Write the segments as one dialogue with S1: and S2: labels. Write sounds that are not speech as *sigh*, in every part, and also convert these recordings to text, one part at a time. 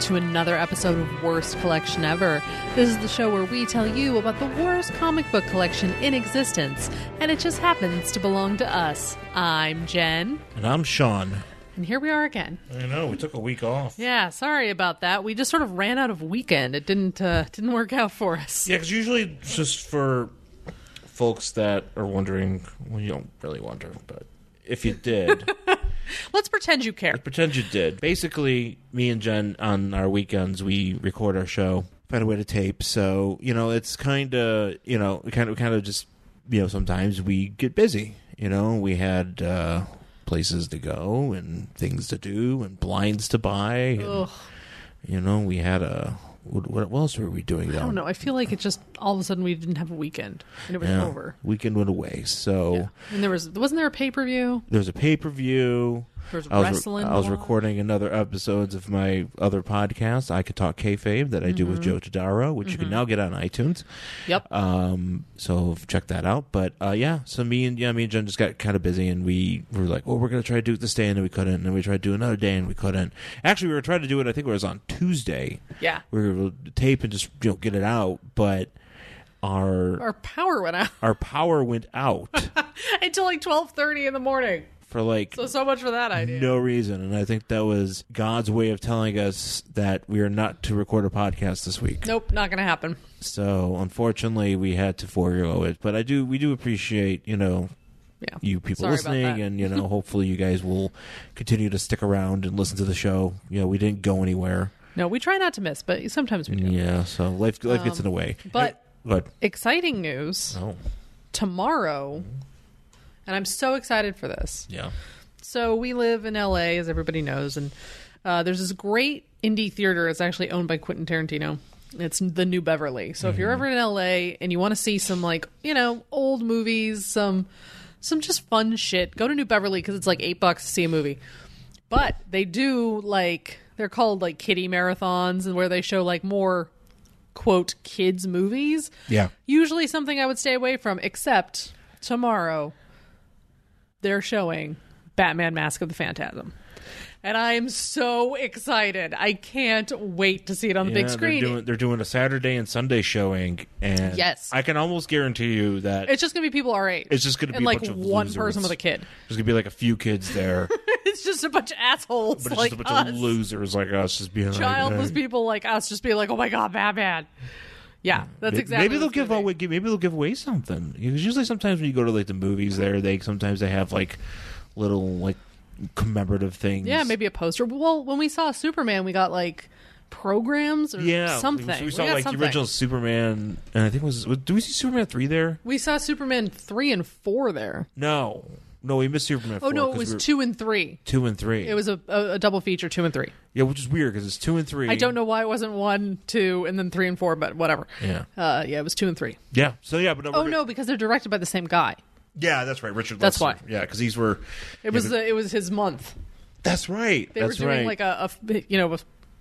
S1: to another episode of Worst Collection Ever. This is the show where we tell you about the worst comic book collection in existence, and it just happens to belong to us. I'm Jen,
S2: And I'm Sean.
S1: and here we are again.
S2: I know we took a week off. Yeah,
S1: Yeah, sorry about that. We just sort of ran out of weekend. It didn't uh, didn't work out for us.
S2: because usually it's just for folks that are wondering. Well, you don't really wonder, but if you *laughs* did,
S1: Let's pretend you care.
S2: pretend you did. Basically, me and Jen on our weekends we record our show. Find a way to tape, so you know it's kind of you know kind of kind of just you know sometimes we get busy. You know we had. uh places to go and things to do and blinds to buy and,
S1: Ugh,
S2: you know we had a what, what else were we doing
S1: I don't know. I feel like it just all of a sudden we didn't have a weekend, and it was
S2: Yeah.
S1: over.
S2: Weekend went away. So
S1: And there was wasn't there a pay per view?
S2: there was a pay per view.
S1: There was
S2: I was,
S1: wrestling.
S2: I was
S1: going on.
S2: recording another episodes of my other podcast, I Could Talk Kayfabe, that I do with Joe
S1: Mm-hmm.
S2: Todaro, which you can now get on iTunes.
S1: Yep.
S2: Um, so check that out. But uh, yeah, so me and yeah, me and Jen just got kind of busy, and we were like, "Well, we're gonna try to do it this day," and then we couldn't, and then we tried to do another day, and we couldn't. Actually, we were trying to do it. I think it was on Tuesday.
S1: Yeah.
S2: we were able to tape and just you know get it out, but our
S1: Our power went out
S2: our power went out
S1: *laughs* until like twelve thirty in the morning.
S2: for like
S1: So so much for that idea.
S2: no reason. And I think that was God's way of telling us that we are not to record a podcast this week.
S1: Nope, not gonna happen.
S2: So unfortunately, we had to forego it. But I do, we do appreciate you know
S1: Yeah.
S2: you people
S1: Sorry about
S2: listening,
S1: that.
S2: and you know hopefully you guys will continue to stick around and listen to the show. You know, we didn't go anywhere.
S1: No, we try not to miss, but sometimes we do.
S2: Yeah, so life life gets in the way.
S1: Um, but-
S2: but
S1: Exciting news
S2: oh
S1: tomorrow, and I'm so excited for this.
S2: yeah,
S1: So we live in LA, as everybody knows, and uh, there's this great indie theater. It's actually owned by Quentin Tarantino. It's the New Beverly. So if you're ever in LA and you want to see some like you know old movies, some some just fun shit, go to New Beverly because it's like eight bucks to see a movie. But they do like they're called like kiddie marathons, and where they show like more quote kids movies.
S2: yeah.
S1: Usually something I would stay away from, except tomorrow they're showing Batman Mask of the Phantasm. And I am so excited. I can't wait to see it on the
S2: Yeah,
S1: big screen.
S2: They're doing, they're doing a Saturday and Sunday showing, and
S1: Yes.
S2: I can almost guarantee you that
S1: it's just going to be people our age.
S2: It's just gonna
S1: And,
S2: be a
S1: like
S2: bunch of
S1: one
S2: losers.
S1: person with a kid. *laughs*
S2: there's gonna be like a few kids there, but
S1: It's just a bunch of assholes
S2: it's
S1: like
S2: just a
S1: us.
S2: bunch of losers like us, just being like,
S1: Childless
S2: "Hey."
S1: people like us just be like, "Oh my god, Batman." Yeah, that's
S2: Maybe-
S1: exactly.
S2: Maybe
S1: what
S2: they'll
S1: it's gonna
S2: give
S1: be.
S2: away. give- Maybe they'll give away something. Because usually, sometimes when you go to like the movies, there they sometimes they have like little like commemorative things.
S1: Yeah, maybe a poster. Well, when we saw Superman, we got like programs or
S2: Yeah, we-
S1: something.
S2: We saw
S1: got
S2: like
S1: something.
S2: the original Superman, and I think it was was- did we see Superman three there?
S1: We saw Superman three and four there.
S2: No, no, we missed Superman.
S1: Oh no, it
S2: 'cause
S1: was
S2: we were-
S1: two and three.
S2: two and three.
S1: It was a, a, a double feature, two and three.
S2: yeah, which is weird because it's two and three.
S1: I don't know why it wasn't one, two, and then three and four, but whatever.
S2: Yeah,
S1: Uh, yeah, it was two and three.
S2: yeah. So yeah, but no,
S1: Oh
S2: we're-
S1: no, because they're directed by the same guy.
S2: yeah, that's right, Richard.
S1: That's
S2: Lester.
S1: why.
S2: Yeah, because these were.
S1: It was the, it was his month.
S2: That's right.
S1: They
S2: that's
S1: were doing like
S2: right.
S1: a, a you know a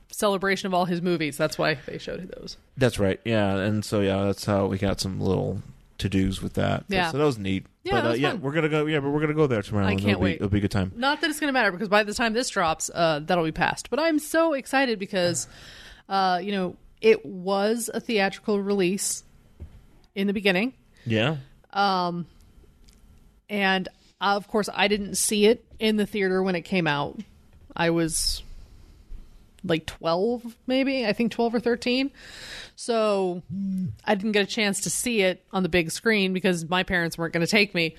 S1: celebration of all his movies. That's why they showed those.
S2: That's right. Yeah, and so yeah, that's how we got some little to dos with that.
S1: Yeah.
S2: So that was neat.
S1: Yeah,
S2: but
S1: that
S2: uh,
S1: was
S2: yeah,
S1: fun.
S2: we're gonna go. Yeah, but we're gonna go there tomorrow.
S1: I
S2: and
S1: can't
S2: it'll
S1: wait.
S2: Be, it'll be a good time.
S1: Not that it's going to matter because by the time this drops, uh, that'll be past. But I'm so excited because, uh, you know, it was a theatrical release in the beginning,
S2: Yeah.
S1: and uh, of course, I didn't see it in the theater when it came out. I was like 12, maybe I think 12 or 13, so I didn't get a chance to see it on the big screen because my parents weren't going to take me.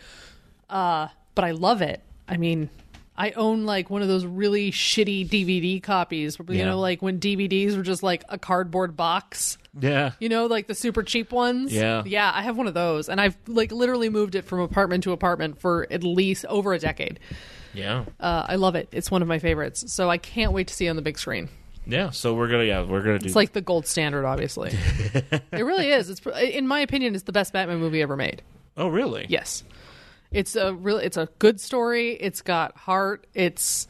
S1: Uh, but I love it. I mean, I own like one of those really shitty DVD copies. You
S2: Yeah.
S1: know, like when DVDs were just like a cardboard box.
S2: Yeah.
S1: You know, like the super cheap ones.
S2: Yeah.
S1: Yeah, I have one of those. And I've like literally moved it from apartment to apartment for at least over a decade.
S2: Yeah.
S1: Uh, I love it. It's one of my favorites. So I can't wait to see it on the big screen.
S2: yeah. So we're gonna. Yeah, we're gonna do.
S1: It's like the gold standard, obviously. it really is. It's, in my opinion, it's the best Batman movie ever made.
S2: oh, really?
S1: Yes, it's a real. It's a good story. It's got heart. It's,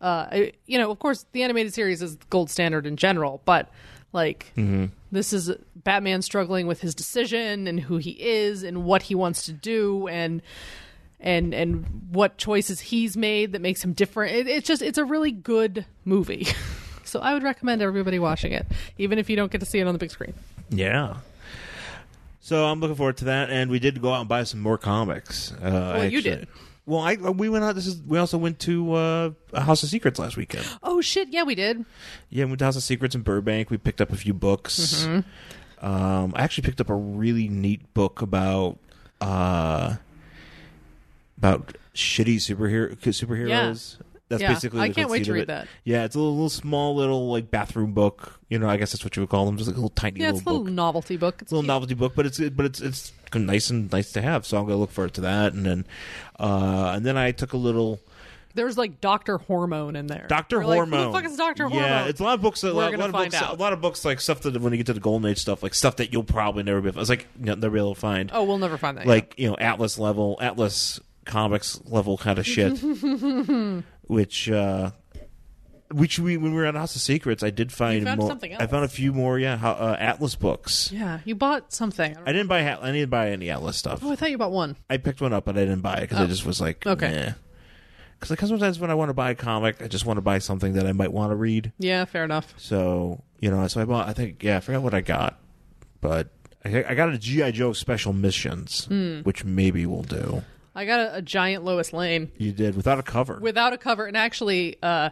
S1: uh, I- you know, of course, the animated series is the gold standard in general, but like
S2: Mm-hmm.
S1: this is Batman struggling with his decision and who he is and what he wants to do and and and what choices he's made that makes him different. It, it's just it's a really good movie. *laughs* So I would recommend everybody watching it, even if you don't get to see it on the big screen.
S2: Yeah. So I'm looking forward to that, and we did go out and buy some more comics. Uh, well,
S1: you did.
S2: Well, I uh, we went out. This is we also went to uh, House of Secrets last weekend.
S1: Oh shit! Yeah, we did.
S2: Yeah, we went to House of Secrets in Burbank. We picked up a few books.
S1: Mm-hmm.
S2: Um, I actually picked up a really neat book about uh, about shitty superhero superheroes. That's
S1: Yeah,
S2: basically.
S1: I
S2: the
S1: can't wait
S2: conceit
S1: to
S2: of
S1: read
S2: it.
S1: that.
S2: Yeah, it's a little, little small little like bathroom book. You know, I guess that's what you would call them. Just like a little tiny
S1: Yeah,
S2: little
S1: it's a little
S2: book
S1: novelty book. It's
S2: little
S1: cute.
S2: novelty book, but it's but it's it's nice and nice to have. So I'm gonna look forward to that, and then uh, and then I took a little
S1: There was like Doctor Hormone in there.
S2: Doctor
S1: We're like,
S2: Hormone.
S1: Who the fuck is Doctor Hormone?
S2: Yeah, it's a lot of books. A
S1: We're
S2: lot,
S1: gonna
S2: lot of
S1: find
S2: books.
S1: out.
S2: A lot of books like stuff that when you get to the Golden Age stuff, like stuff that you'll probably never be. I was like, you know, never be able to find.
S1: oh, we'll never find that.
S2: like you know, Atlas level, Atlas comics level kind
S1: *laughs*
S2: of shit. which. uh which we when we were on House of Secrets, I did find
S1: found
S2: more.
S1: something
S2: I
S1: else.
S2: found a few more, yeah, ho- uh, Atlas books.
S1: yet. yeah, you bought something. I, don't-
S2: I didn't buy. Hat- I didn't buy any Atlas stuff.
S1: oh, I thought you bought one.
S2: I picked one up, but I didn't buy it because I just was like,
S1: Oh. Okay.
S2: okay. Because like sometimes when I want to buy a comic, I just want to buy something that I might want to read.
S1: Yeah, fair enough.
S2: So you know, so I bought. I think yeah, I forgot what I got, but I, I got a GI Joe Special Missions,
S1: Hmm.
S2: which maybe we'll do.
S1: I got a, a giant Lois Lane
S2: You did without a cover.
S1: without a cover, and actually, uh,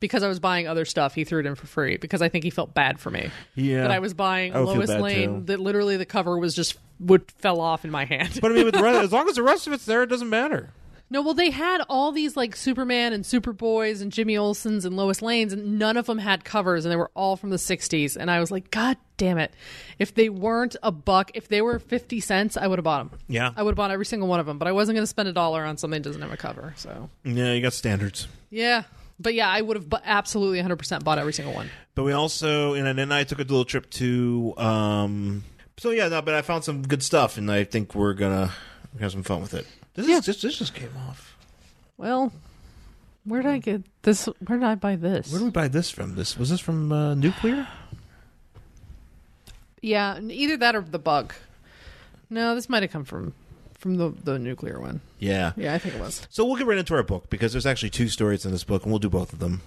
S1: because I was buying other stuff, he threw it in for free because I think he felt bad for me.
S2: yeah,
S1: That I was buying
S2: I would feel
S1: Lois
S2: bad,
S1: Lane.
S2: too.
S1: That literally the cover was just would fell off in my hand.
S2: But I mean, with
S1: *laughs*
S2: the rest, as long as the rest of it's there, it doesn't matter.
S1: No, well, they had all these like Superman and Superboys and Jimmy Olsen's and Lois Lane's, and none of them had covers, and they were all from the '60s. And I was like, God damn it! If they weren't a buck, if they were fifty cents, I would have bought them.
S2: Yeah.
S1: I would have bought every single one of them. But I wasn't going to spend a dollar on something that doesn't have a cover. So
S2: Yeah, you got standards.
S1: yeah, but yeah, I would have bu- absolutely 100 percent bought every single one.
S2: But we also and then I took a little trip to um so yeah, no, but I found some good stuff and I think we're gonna have some fun with it. This is this, this just came off.
S1: Well, where did I get this? Where did I buy this?
S2: Where do we buy this from? This was this from uh, Nuclear?
S1: yeah, either that or the bug. No, this might have come from from the the nuclear one.
S2: Yeah.
S1: Yeah, I think it was.
S2: So we'll get right into our book because there's actually two stories in this book and we'll do both of them.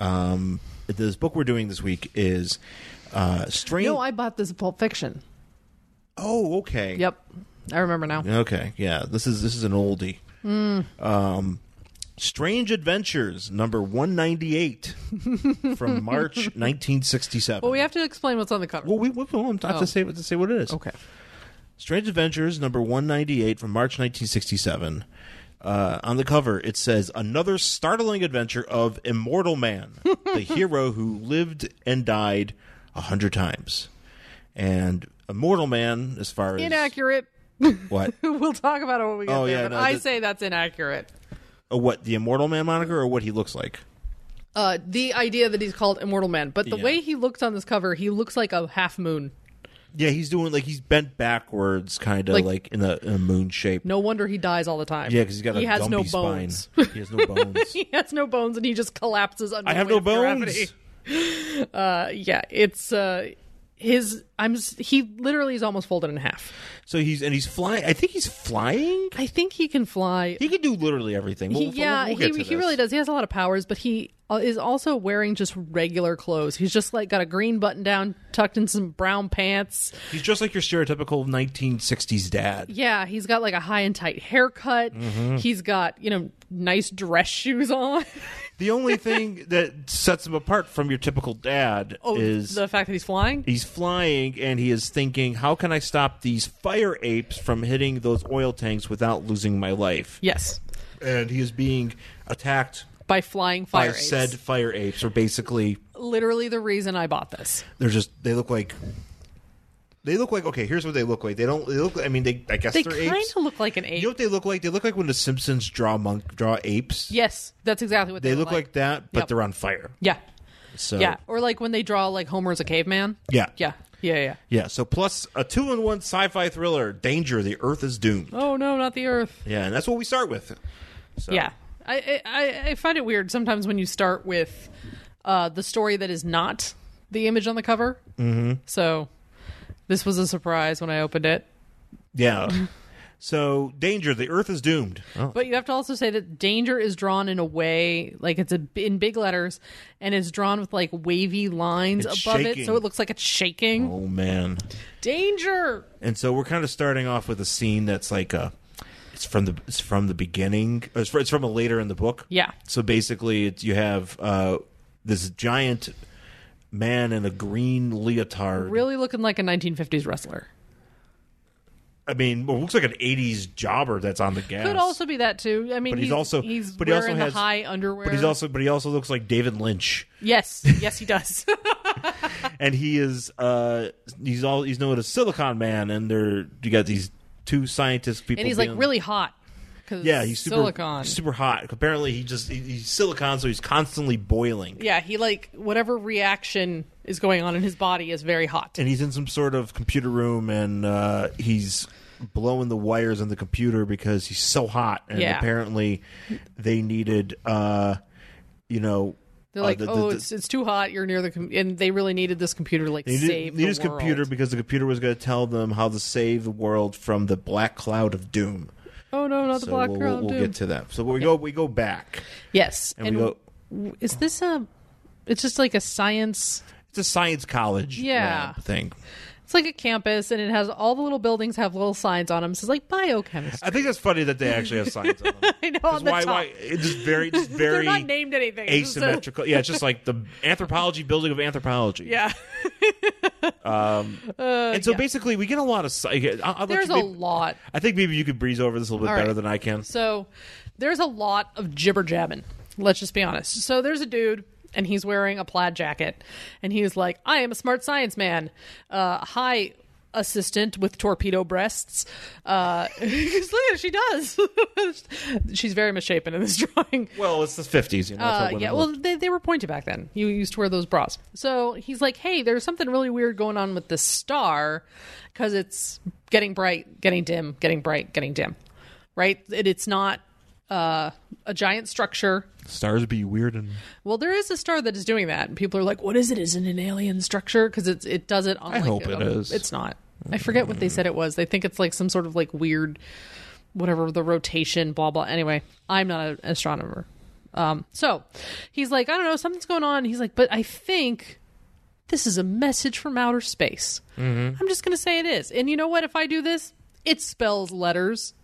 S2: Um this book we're doing this week is uh Strange
S1: No, I bought this Pulp Fiction.
S2: Oh, okay.
S1: Yep, I remember now.
S2: Okay, yeah. This is this is an oldie.
S1: Mm.
S2: Um, Strange Adventures number
S1: *laughs*
S2: 198 from March 1967.
S1: Well, we have to explain what's on the cover.
S2: Well, we, we, well, I'm I have
S1: Oh.
S2: to say to say what it is.
S1: Okay.
S2: Strange Adventures number 198 from March 1967. Uh, on the cover, it says another startling adventure of Immortal Man,
S1: *laughs*
S2: the hero who lived and died a hundred times. And Immortal Man, as far as
S1: Inaccurate. *laughs*
S2: what
S1: we'll talk about it when we get
S2: Oh,
S1: there.
S2: yeah,
S1: but
S2: no,
S1: I
S2: the-
S1: say that's inaccurate.
S2: Uh, what the Immortal Man moniker or what he looks like?
S1: Uh, the idea that he's called Immortal Man, but the
S2: Yeah.
S1: way he looks on this cover, he looks like a half moon.
S2: Yeah, he's doing like he's bent backwards, kind of
S1: Like-
S2: like, in, a, in a moon shape.
S1: No wonder he dies all the time.
S2: Yeah, because he's got
S1: he
S2: a
S1: has
S2: dumpy
S1: no
S2: spine.
S1: bones. *laughs*
S2: He has no bones.
S1: he has no bones, and he just collapses under.
S2: I
S1: the
S2: have
S1: weight
S2: no
S1: of gravity. *laughs*
S2: bones.
S1: Uh, yeah, it's uh, his. I'm. s- He literally is almost folded in half.
S2: So he's and he's flying. I think he's flying.
S1: I think he can fly.
S2: He can do literally everything.
S1: He-
S2: We'll,
S1: yeah,
S2: we'll, we'll get
S1: he,
S2: to
S1: he
S2: this.
S1: really does. He has a lot of powers, but he uh, is also wearing just regular clothes. He's just like got a green button down, tucked in some brown pants.
S2: He's just like your stereotypical 1960s dad.
S1: Yeah, he's got like a high and tight haircut.
S2: Mm-hmm.
S1: He's got, you know, nice dress shoes on. *laughs*
S2: The only thing that sets him apart from your typical dad
S1: Oh,
S2: is
S1: the fact that he's flying?
S2: he's flying and he is thinking, "How can I stop these fire apes from hitting those oil tanks without losing my life?"
S1: Yes.
S2: And he is being attacked
S1: By flying
S2: by
S1: fire apes.
S2: said fire apes are basically
S1: Literally the reason I bought this.
S2: they're just they look like they look like okay here's what they look like they don't they look I mean they I guess
S1: They
S2: are
S1: kind
S2: apes
S1: of look like an ape.
S2: you know what they look like they look like when the Simpsons draw monk draw apes
S1: yes, that's exactly what they,
S2: they look like, that but
S1: Yep.
S2: they're on fire
S1: Yeah.
S2: so
S1: Yeah. Or like when they draw like Homer as a caveman.
S2: yeah
S1: Yeah. Yeah, yeah.
S2: yeah so plus a two in one sci-fi thriller Danger the Earth is doomed
S1: Oh no, not the earth.
S2: yeah and that's what we start with so
S1: Yeah, I, I I- I find it weird sometimes when you start with uh, the story that is not the image on the cover. *laughs* Mm-hmm. So this was a surprise when I opened it.
S2: yeah So, danger, the earth is doomed. Oh.
S1: But you have to also say that danger is drawn in a way like it's a, in big letters, and it's drawn with like wavy lines
S2: It's
S1: above it,
S2: shaking.
S1: so it looks like it's shaking.
S2: oh, man.
S1: Danger.
S2: And so we're kind of starting off with a scene that's like a it's from the it's from the beginning. It's from, it's from a later in the book.
S1: Yeah.
S2: So basically, it's, you have uh, this giant man in a green leotard.
S1: Really looking like a 1950s wrestler.
S2: I mean, well, it looks like an '80s jobber that's on the gas.
S1: Could also be that too. I mean,
S2: But he's also-
S1: he's
S2: but he
S1: wearing
S2: also
S1: the
S2: has-
S1: high underwear.
S2: but he's also but he also looks like
S1: *laughs*
S2: David Lynch,
S1: yes, yes, he does. *laughs*
S2: and he is uh he's all he's known as Silicon Man, and they're you got these two scientist people,
S1: and he's like
S2: being-
S1: really hot. 'cause
S2: Yeah, he's super
S1: silicon.
S2: super hot. Apparently, he just he, he's silicon, so he's constantly boiling.
S1: Yeah, he like whatever reaction is going on in his body is very hot.
S2: and he's in some sort of computer room and uh, he's blowing the wires on the computer because he's so hot and
S1: Yeah.
S2: apparently they needed uh you know
S1: They're
S2: uh,
S1: like,
S2: the- the-
S1: oh,
S2: the-
S1: it's it's too hot. You're near the com-. and they really needed this computer to like
S2: they needed,
S1: save
S2: needed his
S1: the world.
S2: computer because the computer was going to tell them how to save the world from the black cloud of doom
S1: Oh no, not the
S2: so
S1: black
S2: we'll,
S1: girl.
S2: we'll, we'll
S1: dude.
S2: get to that so we go we go back
S1: yes,
S2: and, we go
S1: w- is this a? It's just like a science.
S2: it's a science college
S1: Yeah.
S2: lab thing
S1: It's like a campus, and it has all the little buildings have little signs on them. So it's like biochemistry.
S2: i think that's funny that they actually have science on them
S1: *laughs* I know on the
S2: why,
S1: top.
S2: why it's
S1: *laughs*
S2: just very just
S1: They're
S2: very
S1: not named anything. It's just a-
S2: asymmetrical. yeah, it's just like the anthropology building of anthropology. *laughs* Um,
S1: yeah, *laughs* Uh,
S2: and so basically, we get a lot of. sci- I'll, I'll let
S1: there's
S2: you
S1: a
S2: maybe-
S1: lot.
S2: I think maybe you could breeze over this a little bit
S1: All
S2: better
S1: right.
S2: than I can.
S1: So there's a lot of jibber jabbing. Let's just be honest. So there's a dude. And he's wearing a plaid jacket, and he's like, "I am a smart science man, uh, hi assistant with torpedo breasts." Uh, *laughs* 'cause look at her, she does. *laughs* She's very misshapen in this *laughs* drawing.
S2: Well, it's the fifties, you know. that's how
S1: Uh,
S2: women
S1: yeah,
S2: look.
S1: well, they, they were pointed back then. You used to wear those bras. So he's like, hey, there's something really weird going on with this star because it's getting bright, getting dim, getting bright, getting dim, right? It, it's not uh, a giant structure.
S2: stars be weird and.
S1: Well, there is a star that is doing that. And people are like, what is it? Is it an alien structure? Because it, it does it on
S2: I
S1: like,
S2: hope it
S1: a-
S2: is.
S1: It's not. I forget what they said it was. They think it's like some sort of like weird, whatever, the rotation, blah, blah. Anyway, I'm not an astronomer. Um, so he's like, I don't know, something's going on. He's like, but I think this is a message from outer space.
S2: Mm-hmm.
S1: I'm just going to say it is. And you know what? If I do this, it spells letters.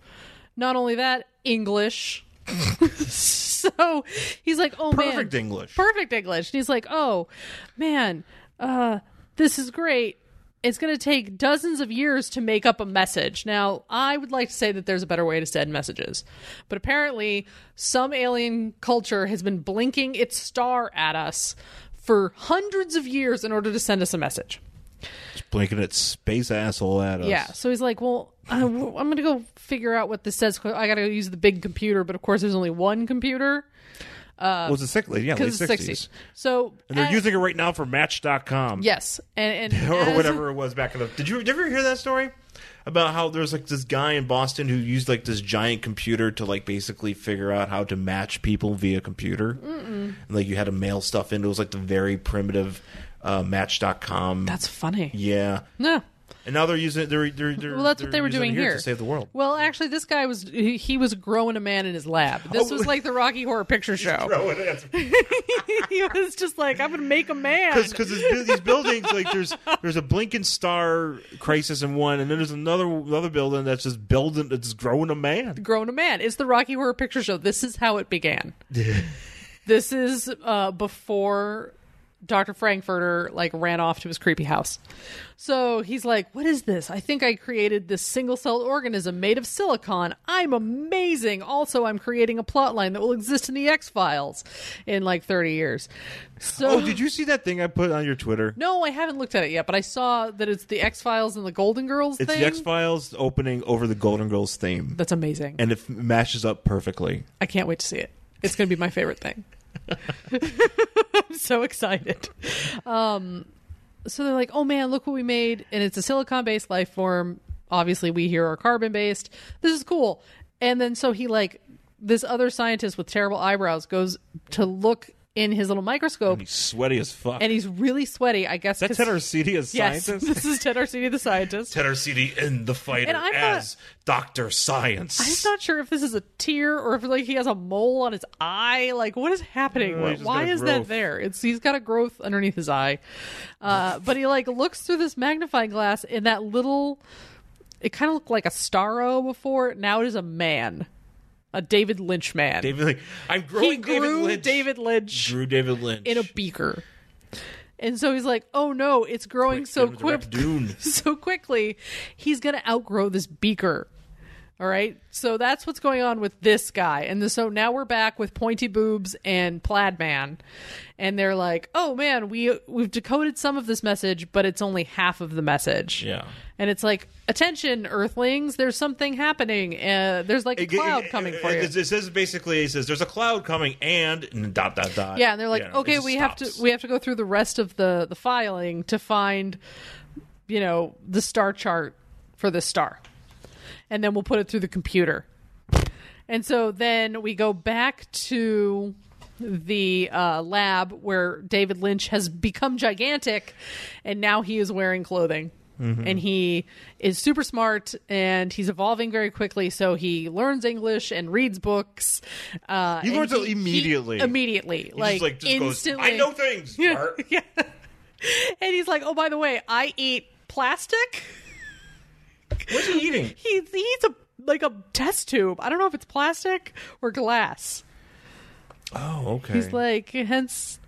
S1: Not only that, English. *laughs* so he's like, oh man.
S2: Perfect English.
S1: Perfect English. And he's like, oh man, uh, this is great. It's going to take dozens of years to make up a message. Now, I would like to say that there's a better way to send messages. But apparently, some alien culture has been blinking its star at us for hundreds of years in order to send us a message.
S2: Just blinking at space asshole at us.
S1: Yeah. So he's like, well, *laughs* I, am going to go figure out what this says. 'cause I got to use the big computer. But of course, there's only one computer
S2: well, it's a sick lady. Yeah, late
S1: because it's 60s.
S2: sixties.
S1: So
S2: And they're
S1: at-
S2: using it right now for Match.com.
S1: Yes, and, and
S2: *laughs* Or
S1: as-
S2: whatever it was back in the. Did you, did you ever hear that story about how there was like this guy in Boston who used like this giant computer to like basically figure out how to match people via computer? And, like you had to mail stuff in. It was like the very primitive uh, Match.com.
S1: That's funny.
S2: yeah.
S1: No.
S2: And now they're using it. They're, they're, they're,
S1: Well, that's what
S2: they're
S1: they were
S2: using it
S1: doing
S2: here,
S1: here
S2: to save the world.
S1: Well, actually, this guy was he he was growing a man in his lab. This
S2: Oh.
S1: was like the Rocky Horror
S2: *laughs*
S1: Picture Show.
S2: Bro, that's-
S1: *laughs* he was just like, I'm gonna make a
S2: *laughs*
S1: man.
S2: because these buildings like there's there's a blinking star crisis in one, and then there's another another building that's just building that's growing a man.
S1: grown a man. It's the Rocky Horror Picture Show. This is how it
S2: *laughs*
S1: began. this is uh, before Dr. Frankfurter like ran off to his creepy house. So he's like, "What is this? I think I created this single-celled organism made of silicon. I'm amazing. Also, I'm creating a plot line that will exist in the X-Files in like 30 years." So
S2: Oh, did you see that thing I put on your Twitter?
S1: No, I haven't looked at it yet, but I saw that it's the X-Files and the Golden Girls
S2: It's
S1: thing.
S2: the X Files opening over the Golden Girls theme,
S1: That's amazing.
S2: and it f- matches up perfectly.
S1: I can't wait to see it. It's going to be my favorite thing. *laughs* I'm so excited. Um, so they're like, oh man, look what we made. And it's a silicon based life form. Obviously, we here are carbon based. This is cool. And then so he, like, this other scientist with terrible eyebrows goes to look in his little microscope,
S2: He's sweaty as fuck.
S1: and he's really sweaty. I guess
S2: That's
S1: 'cause-
S2: Ted Arcidi
S1: *laughs*
S2: as
S1: Yes, *laughs*
S2: scientist?
S1: this is Ted Arcidi, the scientist.
S2: Ted Arcidi in The Fighter
S1: And I'm not-
S2: as Dr. Science.
S1: I'm not sure if this is a tear or if like he has a mole on his eye. Like, what is happening?
S2: he's just
S1: Why
S2: got a
S1: is
S2: growth.
S1: that there? It's he's got a growth underneath his eye,
S2: *laughs*
S1: uh, but he like looks through this magnifying glass in that little. It kind of looked like a starro before. Now it is a man, a David Lynch man.
S2: David Lynch. I'm growing
S1: he grew
S2: David Lynch.
S1: David Lynch
S2: Drew David Lynch.
S1: in a beaker. And so he's like, "Oh no, it's growing so
S2: Give him the
S1: quick,
S2: Dune.
S1: *laughs* so quickly. He's going to outgrow this beaker." All right? So that's what's going on with this guy. And the, so now we're back with Pointy Boobs and Plaid Man. And they're like, "Oh man, we we've decoded some of this message, but it's only half of the message."
S2: Yeah.
S1: And it's like, "Attention, Earthlings, there's something happening. Uh, there's like a cloud coming for you."
S2: It, it says basically, it says there's a cloud coming and, and dot dot dot.
S1: Yeah, and they're like,
S2: You know, it
S1: okay,
S2: just
S1: we have
S2: stops.
S1: to we have to go through the rest of the the filing to find, you know, the star chart for this star, and then we'll put it through the computer, and so then we go back to the uh, lab where David Lynch has become gigantic, and now he is wearing clothing.
S2: Mm-hmm.
S1: And he is super smart and he's evolving very quickly. So he learns English and reads books. Uh,
S2: He
S1: and
S2: learns it immediately.
S1: immediately.
S2: He just,
S1: like,
S2: just goes,
S1: instantly.
S2: I know things. Bart."
S1: *laughs* Yeah. And he's like, oh, by the way, I eat plastic.
S2: What's he eating?
S1: He, he eats a like a test tube. I don't know if it's plastic or glass.
S2: Oh, okay.
S1: He's like, hence.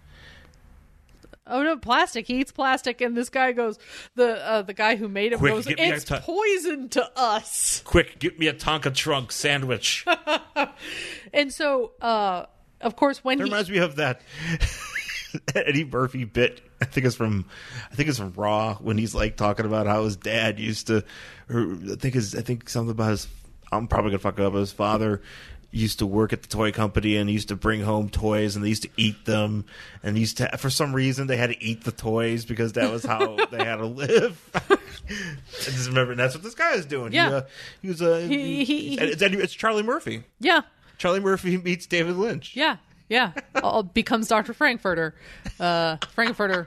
S1: Oh no, plastic. He eats plastic, and this guy goes. The uh, the guy who made him
S2: Quick,
S1: goes.
S2: get me
S1: It's
S2: a ti-
S1: poison to us.
S2: Quick, get me a Tonka trunk sandwich. that
S1: And so, uh, of course, when he
S2: reminds me of that *laughs* Eddie Murphy bit. I think it's from, I think it's from Raw when he's like talking about how his dad used to. Or I think his, I think something about his. I'm probably gonna fuck it up. His father used to work at the toy company and he used to bring home toys and they used to eat them and he used to for some reason they had to eat the toys because that was how
S1: *laughs*
S2: they had to live. *laughs* I just remember and that's what this guy is doing.
S1: Yeah.
S2: He, uh, he was a
S1: He- he- he-
S2: it's, Eddie- it's Charlie Murphy.
S1: yeah
S2: Charlie Murphy meets David Lynch.
S1: yeah yeah all, becomes Doctor Frankfurter, uh, Frankfurter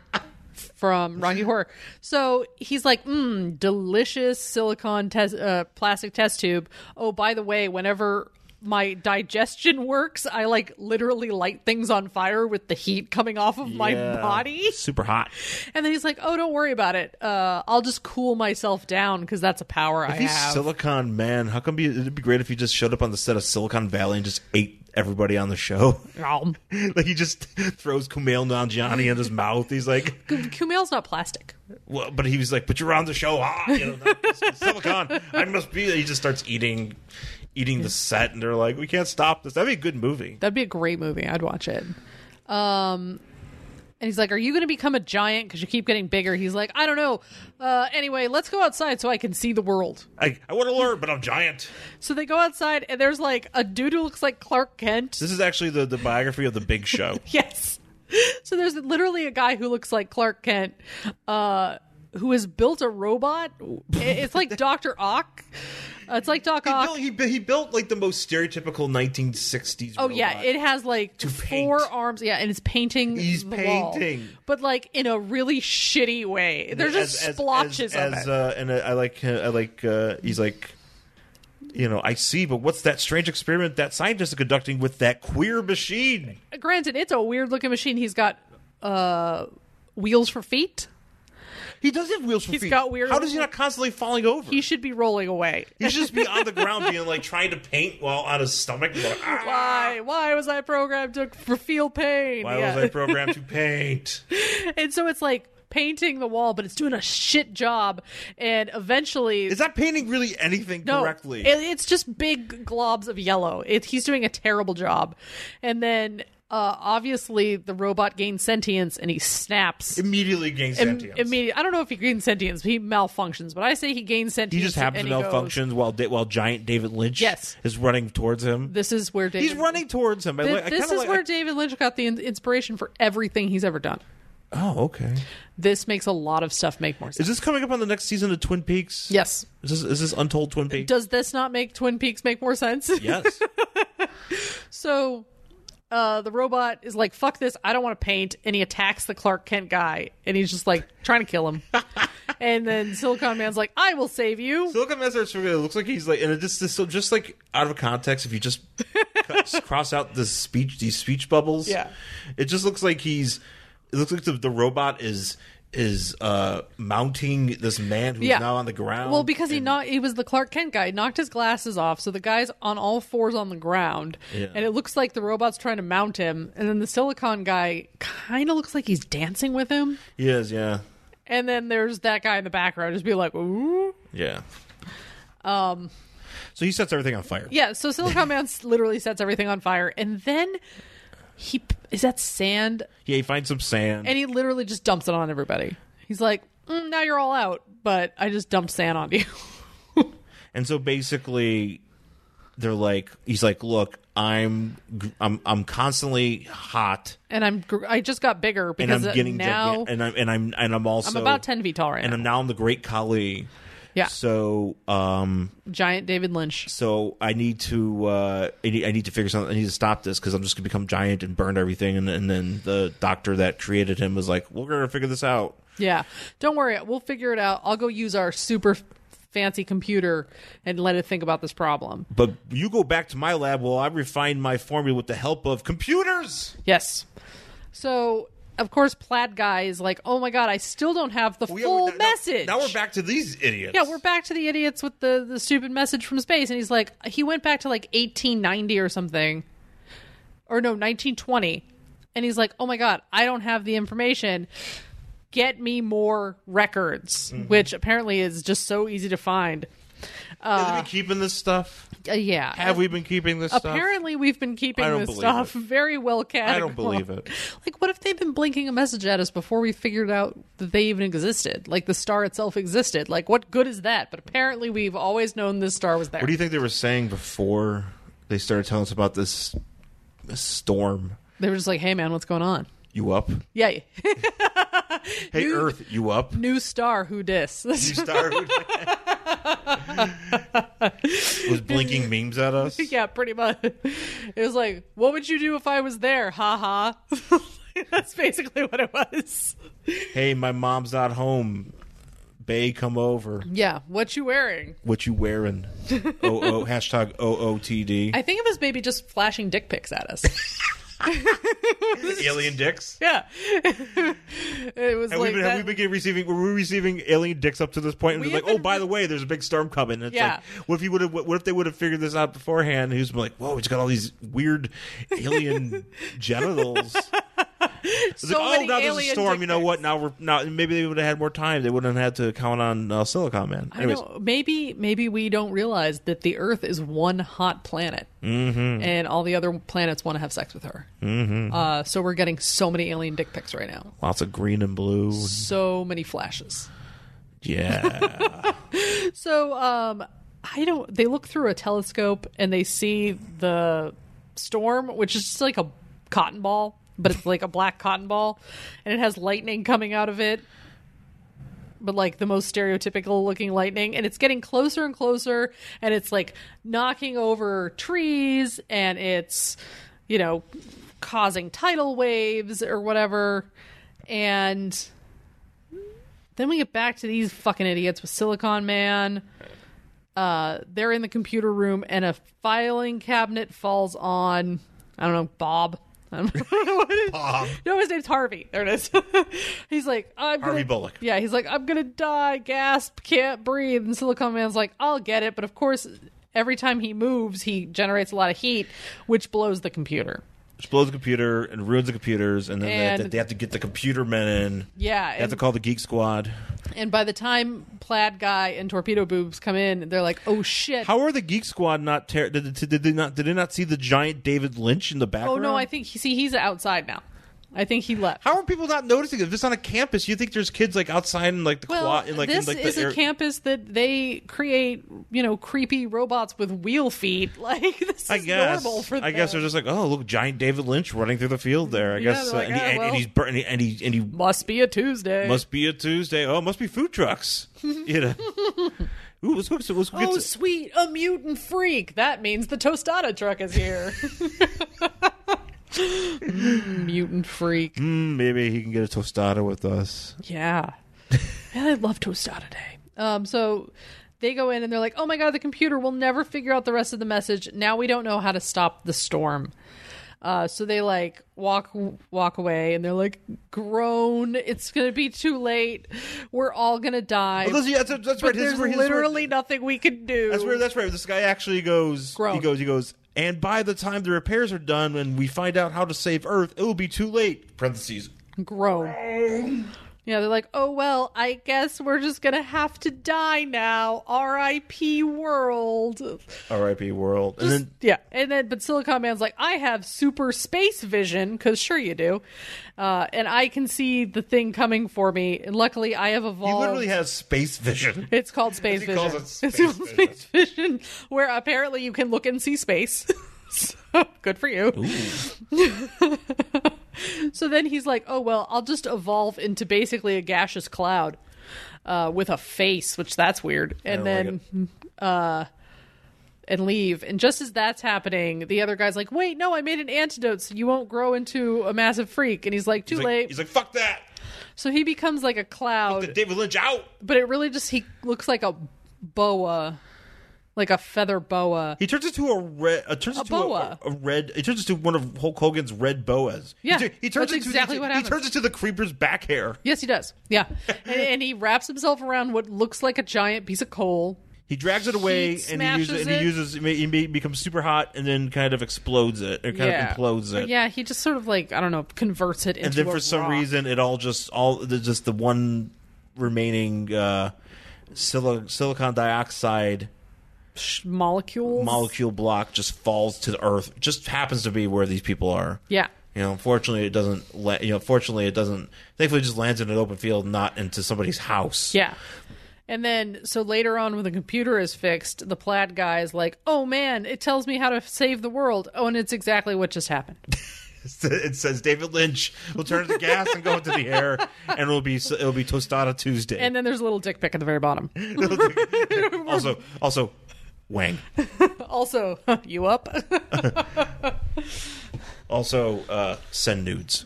S1: from Rocky Horror. So he's like, mm, delicious silicone tes- uh, plastic test tube. Oh, by the way, whenever my digestion works, I like literally light things on fire with the heat coming off of my body.
S2: Super hot.
S1: And then he's like, "Oh, don't worry about it. Uh, I'll just cool myself down because that's a power I
S2: He's
S1: have."
S2: Silicon Man. How come you, it'd be great if he just showed up on the set of Silicon Valley and just ate everybody on the show? *laughs*
S1: Nom.
S2: like he just throws Kumail Nanjiani in his mouth. He's like,
S1: Kumail's not plastic.
S2: well, but he was like, but you're on the show. Ah, you know, not- *laughs* Silicon. I must be. He just starts eating, eating the set, and they're like, we can't stop this. That'd be a good movie.
S1: That'd be a great movie. I'd watch it. Um, and he's like, "Are you going to become a giant because you keep getting bigger?" He's like, "I don't know. Uh, anyway, let's go outside so I can see the world."
S2: I, I want to learn, but I'm giant.
S1: So they go outside, and there's like a dude who looks like Clark Kent. *laughs*
S2: This is actually the, the biography of the Big Show.
S1: Yes. So there's literally a guy who looks like Clark Kent, uh, who has built a robot. It- It's like Doctor Ock. Uh, It's like Doc Ock.
S2: No, he, bu- he built like the most stereotypical 1960s.
S1: Oh yeah, it has like
S2: paint.
S1: four arms. Yeah, and it's painting.
S2: He's
S1: the wall.
S2: painting.
S1: but like in a really shitty way. They're just splotches
S2: as,
S1: of
S2: as,
S1: it.
S2: Uh, and uh, I like, uh, I like. Uh, he's like, you know, I see, but what's that strange experiment that scientists are conducting with that queer machine?
S1: Granted, it's a weird looking machine. He's got uh, wheels for feet.
S2: He does have wheels for
S1: He's
S2: feet.
S1: got weird-
S2: How does he not constantly falling over?
S1: He
S2: He
S1: should be rolling away.
S2: should just be on the ground, being like trying to paint while on his stomach. Like, "Ah,
S1: *laughs* Why? Why was I programmed to for feel pain?
S2: why
S1: Yeah.
S2: was I programmed to paint?
S1: *laughs* and so it's like painting the wall, but it's doing a shit job. And eventually,
S2: Is that painting really anything correctly?
S1: It, it's just big globs of yellow. It, he's doing a terrible job. And then uh, obviously the robot gains sentience and he snaps.
S2: Immediately gains sentience.
S1: Immediately, I don't know if he gains sentience. But he malfunctions, but I say he gains sentience.
S2: he just happens
S1: and
S2: to
S1: he goes,
S2: malfunction while da- while giant David Lynch
S1: Yes.
S2: is running towards him.
S1: This is where David.
S2: He's running towards him. I,
S1: Th-
S2: li- I
S1: this
S2: kinda
S1: is
S2: like-
S1: where David Lynch got the in- inspiration for everything he's ever done.
S2: Oh, okay.
S1: This makes a lot of stuff make more sense.
S2: Is this coming up on the next season of Twin Peaks?
S1: yes.
S2: Is this, is this Untold Twin
S1: *laughs*
S2: Peaks? *laughs*
S1: Does this not make Twin Peaks make more sense?
S2: yes.
S1: So uh, the robot is like, "Fuck this! I don't want to paint," and he attacks the Clark Kent guy, and he's just like trying to kill
S2: *laughs*
S1: him. and then Silicon Man's like, "I will save you."
S2: Silicon Man starts figuring. It looks like he's like, and it just this just like out of context. If you just *laughs* cut, cross out the speech, these speech bubbles,
S1: Yeah.
S2: it just looks like he's. It looks like the, the robot is is uh mounting this man who's
S1: Yeah.
S2: now on the ground.
S1: Well, because he
S2: and-
S1: knocked, he was the Clark Kent guy. He knocked his glasses off, so the guy's on all fours on the ground,
S2: Yeah.
S1: and it looks like the robot's trying to mount him. And then the Silicon guy kind of looks like he's dancing with him.
S2: he is, yeah,
S1: And then there's that guy in the background, just be like, "Ooh."
S2: yeah. Um. So he sets everything on fire.
S1: Yeah, so
S2: *laughs*
S1: Silicon Man s- literally sets everything on fire, and then he p- is that sand,
S2: Yeah, he finds some sand.
S1: and he literally just dumps it on everybody. He's like, mm, "Now you're all out," but I just dumped sand on you. *laughs*
S2: And so basically, they're like, he's like, look, I'm, I'm, I'm constantly hot,
S1: and I'm gr- I just got bigger
S2: and
S1: because
S2: I'm getting
S1: uh, now
S2: gigan- and I'm, and I'm, and I'm also,
S1: I'm about ten feet tall right
S2: and
S1: now.
S2: I'm now I'm the Great Kali.
S1: Yeah.
S2: So, um,
S1: Giant David Lynch.
S2: so I need to, uh, I need, I need to figure something. I need to stop this because I'm just gonna become giant and burn everything. And, and then the doctor that created him was like, we're gonna figure this out.
S1: Yeah, don't worry, we'll figure it out. I'll go use our super f- fancy computer and let it think about this problem.
S2: But you go back to my lab while I refine my formula with the help of computers.
S1: Yes. So, of course, Plaid Guy is like, oh my God, I still don't have the full
S2: now-
S1: message.
S2: Now, we're back to these idiots.
S1: Yeah, we're back to the idiots with the, the stupid message from space. And he's like, he went back to like 1890 or something. Or no, 1920. And he's like, oh my God, I don't have the information. Get me more records,
S2: Mm-hmm.
S1: which apparently is just so easy to find.
S2: Have we been keeping this stuff?
S1: Uh, yeah.
S2: Have we been keeping this stuff?
S1: Apparently, we've been keeping
S2: I don't
S1: this
S2: believe
S1: stuff
S2: it.
S1: very well categorized.
S2: I don't believe it.
S1: Like, what if they've been blinking a message at us before we figured out that they even existed? Like, the star itself existed. Like, what good is that? But apparently, we've always known this star was there.
S2: What do you think they were saying before they started telling us about this, this storm?
S1: they were just like, hey, man, what's going on?
S2: You up?
S1: Yeah. *laughs*
S2: Hey,
S1: New-
S2: Earth, you up?
S1: New star, who dis? *laughs*
S2: You started. was blinking memes at us.
S1: yeah, pretty much. It was like, what would you do if I was there? Ha ha. *laughs* That's basically what it was. *laughs*
S2: Hey, my mom's not home. Bay, come over.
S1: Yeah, what you wearing?
S2: What you wearing? Oh, oh, hashtag OOTD.
S1: I think it was maybe just flashing dick pics at us.
S2: Alien dicks.
S1: Yeah. *laughs* it was
S2: Have,
S1: like
S2: we been,
S1: that-
S2: have we been getting receiving? Were we receiving alien dicks up to this point? And
S1: We
S2: we're like,
S1: have
S2: oh,
S1: been
S2: by
S1: re-
S2: the way, there's a big storm coming. And it's
S1: Yeah.
S2: like, what if you would have? What if they would have figured this out beforehand? Who's been like, whoa, it's got all these weird
S1: *laughs*
S2: alien genitals. It's
S1: So
S2: like, oh,
S1: many
S2: now there's a
S1: alien
S2: storm.
S1: dick
S2: You know
S1: pics.
S2: what? Now we're now maybe they would have had more time. They wouldn't have had to count on uh, Silicon Man.
S1: I
S2: Anyways,
S1: know. Maybe maybe we don't realize that the Earth is one hot planet, mm-hmm. and all the other planets want to have sex with her. Mm-hmm. Uh, so we're getting so many alien dick pics right now.
S2: lots of green and blue.
S1: So many flashes. *laughs*
S2: Yeah,
S1: So um, I don't. They look through a telescope and they see the storm, which is just like a cotton ball, but it's like a black cotton ball, and it has lightning coming out of it. But like the most stereotypical looking lightning, and it's getting closer and closer, and it's like knocking over trees, and it's, you know, causing tidal waves or whatever. And then we get back to these fucking idiots with Silicon Man. Uh, they're in the computer room, and a filing cabinet falls on I don't know Bob. *laughs* I don't know what it-
S2: Bob.
S1: No, his name's Harvey. There it is. *laughs* he's like, I'm gonna,
S2: Harvey Bullock.
S1: Yeah, he's like, I'm gonna die. Gasp, can't breathe. And Silicon Man's like, I'll get it. But of course, every time he moves, he generates a lot of heat, which blows the computer.
S2: explodes the computer and ruins the computers, and then they have to-
S1: And-
S2: they have to get the computer men in.
S1: Yeah,
S2: They have
S1: and,
S2: to call the Geek Squad.
S1: and by the time Plaid Guy and Torpedo Boobs come in, they're like, oh shit.
S2: How are the Geek Squad not ter- did, did, did they not did they not see the giant David Lynch in the
S1: Oh
S2: background?
S1: no, I think he, see he's outside now. I think he left.
S2: How are people not noticing? If it's on a campus, you think there's kids like outside in like the
S1: well,
S2: quad in like
S1: this
S2: in like
S1: is a
S2: the air-
S1: campus that they create, you know, creepy robots with wheel feet. *laughs* Like this
S2: I
S1: is
S2: guess.
S1: normal for them.
S2: I guess they're just like, oh look, giant David Lynch running through the field there. I
S1: Yeah,
S2: guess,
S1: they're like,
S2: uh, and, he,
S1: "Ah,
S2: and-
S1: well."
S2: and he's bur- and he, and he, and he
S1: must be a Tuesday.
S2: must be a Tuesday. Oh, it must be
S1: *laughs*
S2: food trucks. you know. Ooh, let's go. To, let's go get
S1: oh *laughs*
S2: to-
S1: sweet, a mutant freak. That means the tostada truck is here. mutant freak.
S2: Mm, maybe he can get a tostada with us.
S1: Yeah. Man, I love Tostada Day. Um, so they go in and they're like, oh my God, the computer will never figure out the rest of the message. Now we don't know how to stop the storm. Uh, so they like walk walk away and they're like groan it's gonna be too late we're all gonna die
S2: Oh, that's, yeah, that's, that's right.
S1: but
S2: This
S1: there's
S2: is where- this is where-
S1: literally nothing we can do
S2: That's where. That's where this guy actually goes.
S1: Grown.
S2: He goes. He goes. And by the time the repairs are done, and we find out how to save Earth, it will be too late. Parentheses.
S1: groan. Yeah, they're like, oh well, I guess we're just gonna have to die now. R.I.P. World.
S2: R.I.P. World. And then
S1: Yeah, and then but Silicon Man's like, I have super space vision because sure you do, uh, and I can see the thing coming for me. And luckily, I have
S2: he
S1: evolved.
S2: literally has space
S1: *laughs*
S2: vision.
S1: It's called space
S2: he
S1: vision.
S2: calls it space
S1: it's called
S2: vision.
S1: space vision, where apparently you can look and see space. *laughs* so good for you. *laughs* so then he's like, "Oh well, I'll just evolve into basically a gaseous cloud uh, with a face, which that's weird." And
S2: don't
S1: then. uh, and leave. And just as that's happening, the other guy's like, "Wait, no, I made an antidote, so you won't grow into a massive freak." And he's like, "Too
S2: He's like,
S1: late."
S2: he's like, "Fuck that."
S1: so he becomes like a cloud
S2: David Lynch out.
S1: but it really just he looks like a boa like a feather boa
S2: He turns into a red. Uh, turns into
S1: boa.
S2: A, a red. He turns into one of Hulk Hogan's red boas.
S1: Yeah,
S2: he, tu- he turns
S1: that's
S2: into
S1: exactly
S2: he,
S1: what
S2: he
S1: happens.
S2: turns into the creeper's back hair.
S1: yes he does
S2: *laughs*
S1: yeah and, and he wraps himself around what looks like a giant piece of coal
S2: He drags it away
S1: He
S2: and he uses
S1: smashes
S2: and he
S1: it.
S2: uses he ma- he ma- becomes super hot and then kind of explodes it or kind
S1: yeah
S2: of implodes it.
S1: yeah he just sort of like i don't know converts it into
S2: and then
S1: a
S2: for some
S1: rock.
S2: reason it all just all the- just the one remaining uh, sili- silicon dioxide
S1: Sh- molecules
S2: molecule block just falls to the earth. Just happens to be where these people are.
S1: yeah
S2: You know, unfortunately, it doesn't. La- you know, fortunately, it doesn't. Thankfully, it just lands in an open field, not into somebody's house.
S1: yeah and then so later on when the computer is fixed the plaid guy is like oh man it tells me how to save the world oh and it's exactly what just happened
S2: *laughs* *laughs* it says David Lynch will turn to the gas and go into the air, and it'll be it'll be Tostada Tuesday.
S1: and then there's a little dick pic at the very bottom
S2: *laughs* also, also, Wang.
S1: also *laughs* you up
S2: Also, uh, send nudes.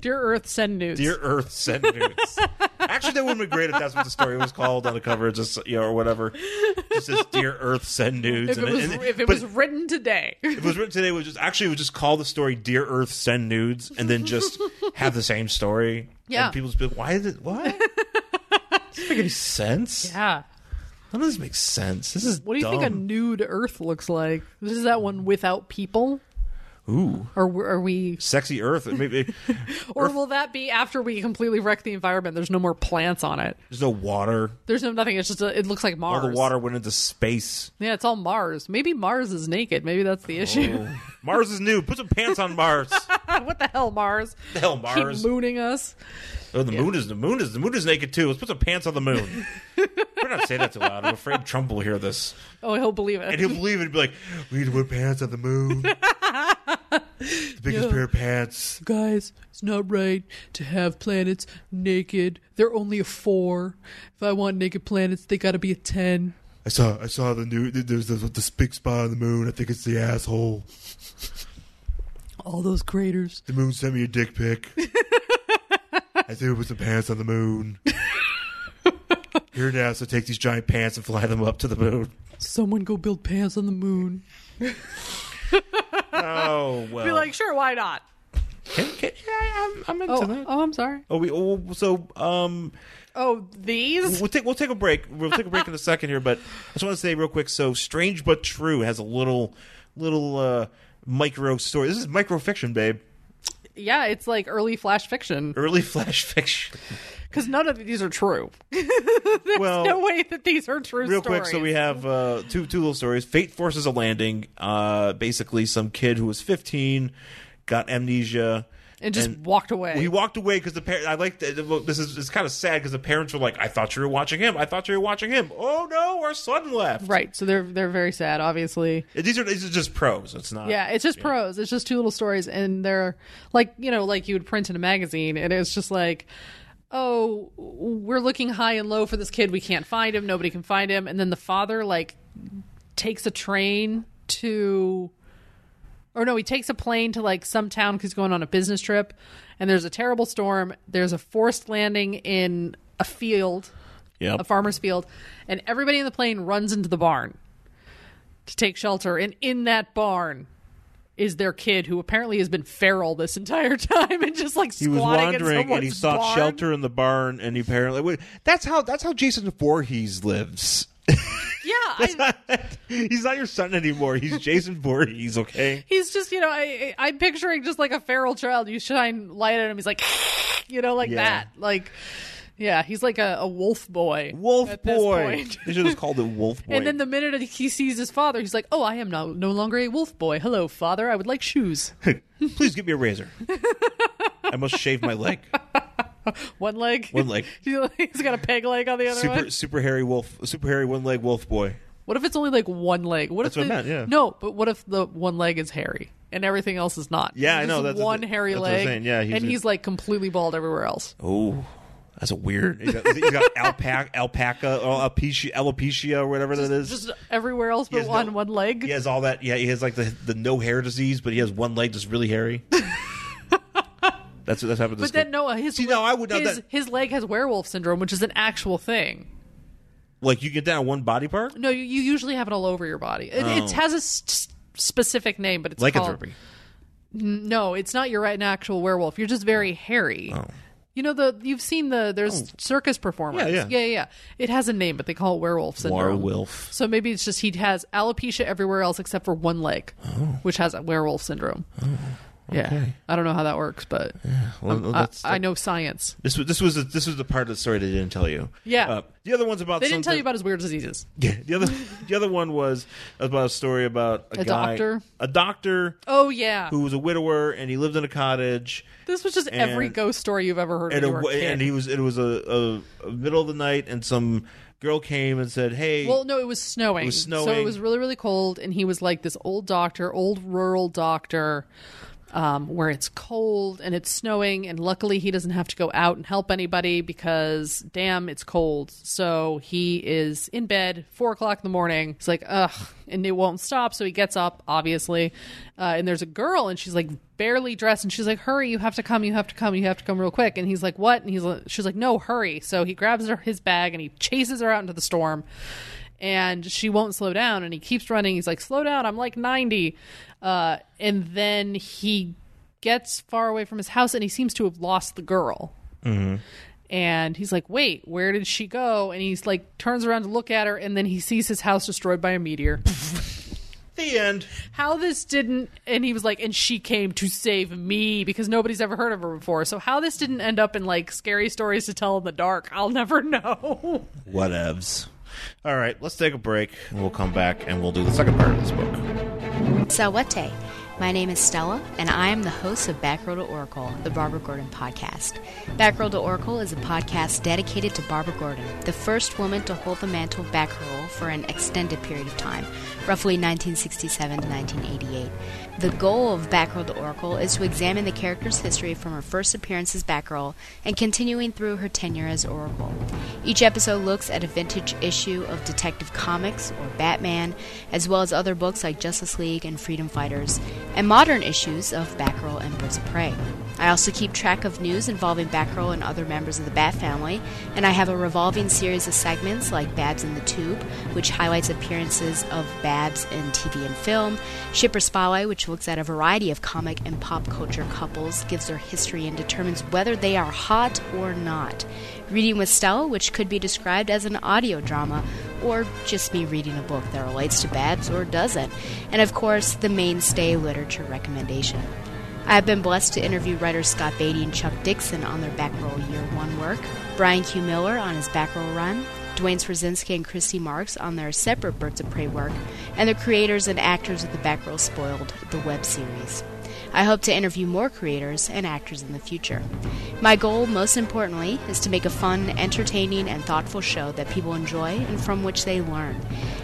S1: dear earth send news
S2: Dear Earth, send
S1: *laughs*
S2: nudes. Actually, that would have been great if that's what the story was called on the cover, just you know, or whatever. It says Dear Earth, send nudes.
S1: If it was, if it
S2: but
S1: was written today,
S2: if it was written today, it was just actually it would just call the story "Dear Earth, Send Nudes" and
S1: *laughs*
S2: then just have the same story.
S1: Yeah.
S2: and people just be like, "Why is it?
S1: *laughs*
S2: What? Doesn't make any sense.
S1: *laughs* yeah.
S2: None of this makes sense. This is
S1: What do you think a
S2: dumb.
S1: nude Earth looks like? This is that one without people,
S2: Ooh,
S1: or w- are we?
S2: sexy Earth. Maybe
S1: Or will that be after we completely wreck the environment? There's no more plants on it.
S2: there's no water.
S1: There's no nothing. It's just a, it looks like Mars.
S2: All the water went
S1: *laughs*
S2: into space.
S1: Yeah, it's all Mars. Maybe Mars is naked. Maybe that's the issue. *laughs*
S2: Oh. Mars is new. Put some pants on Mars.
S1: what the hell, Mars?
S2: the hell,
S1: Keep
S2: Mars.
S1: mooning us.
S2: Oh, the moon is the moon is the moon is naked too. Let's put some pants on the moon. *laughs* We're not saying that too loud. I'm afraid Trump will hear this.
S1: Oh, he'll believe
S2: And
S1: it.
S2: he'll believe it and be like, we need to put pants on the *laughs* moon. the biggest
S1: Yeah.
S2: pair of pants.
S1: Guys, it's not right to have planets naked. They're only a four. If I want naked planets, they got to be a ten.
S2: I saw I saw the new there's this, this big spot on the moon. I think it's the asshole.
S1: All those craters.
S2: The moon sent me a dick *laughs* pic. I think we put some pants on the moon. *laughs* Here NASA take these giant pants and fly them up to the moon.
S1: Someone go build pants on the moon.
S2: Oh well.
S1: Be like, sure, why not?
S2: can, can, yeah, I'm, I'm into
S1: Oh,
S2: that.
S1: oh, I'm sorry.
S2: Oh, we oh, so um
S1: Oh, these?
S2: we'll take we'll take a break. We'll take
S1: *laughs*
S2: a break in a second here, but I just want to say real quick. So, strange but true has a little little uh, micro story. This is micro fiction, babe.
S1: Yeah, it's like early flash fiction
S2: Early *laughs* flash fiction.
S1: because none of these are true. *laughs*
S2: well,
S1: No way that these are true.
S2: real quick. So we have uh, two two little stories. Fate forces a landing. Uh, basically, some kid who was 15 got amnesia.
S1: and just walked away.
S2: He walked away because the parent. I like that. well, This is it's kind of sad because the parents were like, "I thought you were watching him. I thought you were watching him. Oh no, our son left."
S1: right. So they're they're very sad, obviously.
S2: These are these are just prose. It's not.
S1: Yeah, it's just prose. It's just two little stories, and they're like you know, like you would print in a magazine, and it's just like. Oh, we're looking high and low for this kid. We can't find him. Nobody can find him. And then the father like takes a train to or no, he takes a plane to like some town 'cause he's going on a business trip, and there's a terrible storm. There's a forced landing in a field,
S2: Yep.
S1: a farmer's field, and everybody in the plane runs into the barn to take shelter. And in that barn is their kid who apparently has been feral this entire *laughs* time and just like
S2: he was
S1: squatting in
S2: wandering and he
S1: someone's
S2: sought
S1: barn.
S2: shelter in the barn, and he apparently wait, that's how that's how Jason Voorhees lives.
S1: *laughs*
S2: *laughs*
S1: Yeah, I,
S2: He's not your son anymore. He's Jason Voorhees. Okay.
S1: He's just, you know, I, I- I'm picturing just like a feral child. You shine light at him, he's like, *laughs* you know, like
S2: Yeah.
S1: that. Like, yeah, he's like a, a wolf boy.
S2: Wolf
S1: at this
S2: boy.
S1: point.
S2: They should have called it Wolf boy.
S1: And then the minute he sees his father, he's like, oh, I am no, no longer a wolf boy. Hello, father. I would like shoes.
S2: *laughs* please give me a razor. I must shave
S1: *laughs*
S2: my leg.
S1: One leg.
S2: One leg.
S1: *laughs* he's got a peg leg on the other
S2: Super
S1: one.
S2: super hairy wolf. Super hairy one leg wolf boy.
S1: What if it's only like one leg? What
S2: That's
S1: if
S2: what I
S1: the-
S2: meant, yeah.
S1: No, but what if the one leg is hairy and everything else is not?
S2: Yeah, I
S1: Just
S2: know, that's what-
S1: one hairy
S2: that's what I'm
S1: leg.
S2: saying, yeah, he's
S1: and
S2: a-
S1: he's like completely bald everywhere else.
S2: Oh, that's a weird. He's got, he's got alpaca, alpaca, or alopecia, alopecia, or whatever that is.
S1: Just everywhere else
S2: has
S1: but
S2: no-
S1: on one leg.
S2: he has all that. Yeah, he has like the the no hair disease, but he has one leg that's
S1: *laughs*
S2: really hairy. that's that's happened. To
S1: But
S2: this
S1: then
S2: kid.
S1: Noah, his
S2: See, no, I would not.
S1: his,
S2: That,
S1: his leg has werewolf syndrome, which is an actual thing.
S2: like you get down one body part,
S1: No, you, you usually have it all over your body. It, it
S2: Oh.
S1: has a s- s- specific name, but it's
S2: lycanthropy.
S1: Called, no, it's not. You're right, an actual werewolf. You're just
S2: Oh.
S1: very hairy. You know the you've seen the there's circus performers.
S2: Yeah, yeah.
S1: yeah, It has a name, but they call it werewolf syndrome.
S2: Werewolf.
S1: So maybe it's just he has alopecia everywhere else except for one leg,
S2: Oh.
S1: which has a werewolf syndrome. Yeah, I don't know how that works, but
S2: Well,
S1: I-
S2: that's-
S1: Um, uh, I know science.
S2: This was this was the, this was the part of the story they didn't tell you.
S1: Yeah.
S2: Uh, the other one's about
S1: They didn't tell you
S2: something-
S1: about his weird diseases.
S2: Yeah, *laughs* the other the other one was about a story about a,
S1: A
S2: guy-
S1: doctor?
S2: a doctor
S1: Oh yeah,
S2: who was a widower and he lived in a cottage
S1: This was just
S2: And-
S1: every ghost story you've ever heard.
S2: and
S1: when you were
S2: a,
S1: a kid.
S2: and he was it was a, a, a middle of the night and some girl came and said hey
S1: well, no, it was snowing.
S2: was
S1: So
S2: snowing.
S1: it was really, really cold, and he was like this old doctor, old rural doctor, um, where it's cold and it's snowing, and luckily he doesn't have to go out and help anybody because damn, it's cold. So he is in bed, four o'clock in the morning. He's like, ugh, and it won't stop. So he gets up, obviously, uh, and there's a girl, and she's like barely dressed, and she's like, hurry, you have to come, you have to come, you have to come real quick. And he's like, what? And he's like, she's like, no, hurry. So he grabs her, his bag and he chases her out into the storm and she won't slow down and he keeps running he's like slow down i'm like 90 uh, and then he gets far away from his house and he seems to have lost the girl Mm-hmm. and he's like wait where did she go and he's like turns around to look at her and then he sees his house destroyed by a *laughs* meteor
S2: the end
S1: how this didn't and he was like and she came to save me because nobody's ever heard of her before so how this didn't end up in like scary stories to tell in the dark i'll never *laughs* know
S2: whatevs all right let's take a break and we'll come back and we'll do the second part of this book
S3: Sawate. My name is Stella, and I am the host of Backrow to Oracle, the Barbara Gordon podcast. Backrow to Oracle is a podcast dedicated to Barbara Gordon, the first woman to hold the mantle of Backroll for an extended period of time, roughly 1967 to 1988. The goal of Backroll to Oracle is to examine the character's history from her first appearance as Backroll and continuing through her tenure as Oracle. Each episode looks at a vintage issue of Detective Comics or Batman, as well as other books like Justice League and Freedom Fighters, and modern issues of Batgirl and Birds of Prey. I also keep track of news involving Batgirl and other members of the Bat family, and I have a revolving series of segments like Babs in the Tube, which highlights appearances of Babs in TV and film, Shipper Spotlight, which looks at a variety of comic and pop culture couples, gives their history, and determines whether they are hot or not. Reading with Stella, which could be described as an audio drama, or just me reading a book that relates to Babs or doesn't, and of course, the mainstay literature recommendation. I have been blessed to interview writers Scott Beatty and Chuck Dixon on their Backroll Year One work, Brian Q. Miller on his Backroll run, Dwayne Swarzynski and Christy Marks on their separate Birds of Prey work, and the creators and actors of the Backroll Spoiled, the web series. I hope to interview more creators and actors in the future. My goal, most importantly, is to make a fun, entertaining, and thoughtful show that people enjoy and from which they learn.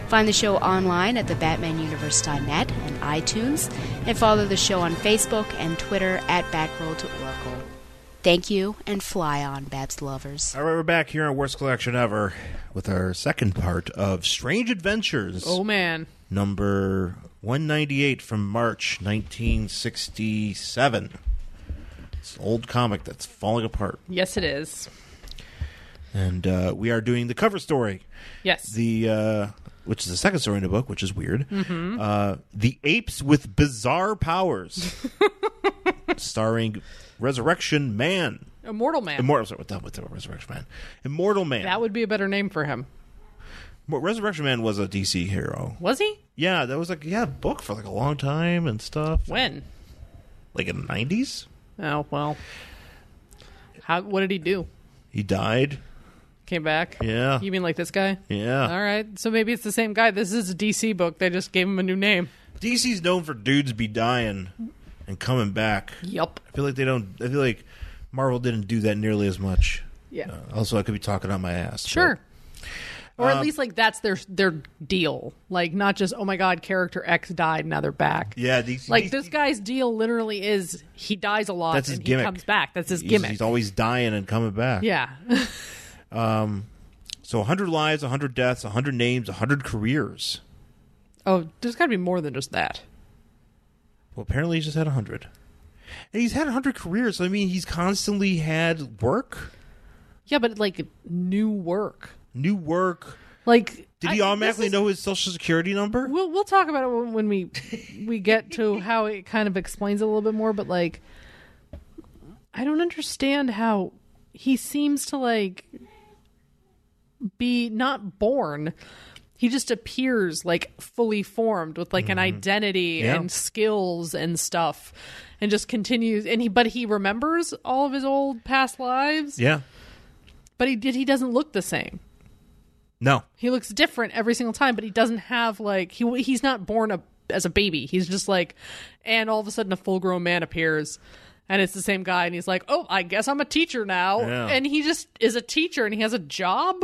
S3: Find the show online at thebatmanuniverse.net and iTunes, and follow the show on Facebook and Twitter at Backroll to Oracle. Thank you and fly on, Babs lovers.
S2: All right, we're back here on Worst Collection Ever with our second part of Strange Adventures,
S1: Oh man,
S2: number 198 from March 1967. It's an old comic that's falling apart.
S1: yes it is.
S2: And uh, we are doing the cover story,
S1: Yes,
S2: the uh, which is the second story in the book, which is weird.
S1: Mm-hmm.
S2: Uh, the Apes with Bizarre
S1: *laughs*
S2: Powers, starring Resurrection Man.
S1: Immortal Man.
S2: Immortal, sorry, what the, what the Resurrection Man? Immortal Man.
S1: that would be a better name for him.
S2: Well, Resurrection Man was a DC hero.
S1: Was he?
S2: Yeah, that was like yeah, a book for like a long time and stuff.
S1: When?
S2: Like in the nineties,
S1: Oh well. How? What did he do?
S2: he died.
S1: Came back.
S2: Yeah.
S1: You mean like this guy?
S2: Yeah,
S1: All right. So maybe it's the same guy. This is a DC book. They just gave him a new name.
S2: DC's known for dudes be dying and coming back.
S1: Yup.
S2: I feel like they don't. I feel like Marvel didn't do that nearly as much.
S1: Yeah.
S2: Uh, also, I could be talking on my ass. but-
S1: Sure. Or
S2: Um,
S1: at least like that's their their deal. Like not just oh my god, character X died, now they're back.
S2: yeah, DC,
S1: Like this guy's deal literally is he dies a lot
S2: That's his
S1: and
S2: gimmick.
S1: he comes back. That's his
S2: he's,
S1: gimmick.
S2: He's always dying and coming back.
S1: yeah. *laughs*
S2: So 100 lives, 100 deaths, 100 names, 100 careers.
S1: oh, there's got to be more than just that.
S2: Well, apparently he's just had 100. And he's had 100 careers. I mean, he's constantly had work,
S1: Yeah, but like new work.
S2: new work.
S1: Like
S2: Did
S1: I-
S2: he
S1: this
S2: automatically
S1: is-
S2: know his social security number?
S1: We'll we'll talk about it when when we we get
S2: *laughs*
S1: to how it kind of explains it a little bit more. But like, I don't understand how he seems to like be not born. He just appears like fully formed with like an identity
S2: Mm-hmm. Yeah.
S1: and skills and stuff, and just continues. And he but he remembers all of his old past lives.
S2: Yeah.
S1: But he did. He doesn't look the same.
S2: No.
S1: He looks different every single time, but he doesn't have like he he's not born a, as a baby. He's just like, and all of a sudden a full grown man appears, and it's the same guy, and he's like, oh, I guess I'm a teacher now,
S2: Yeah.
S1: and he just is a teacher and he has a job.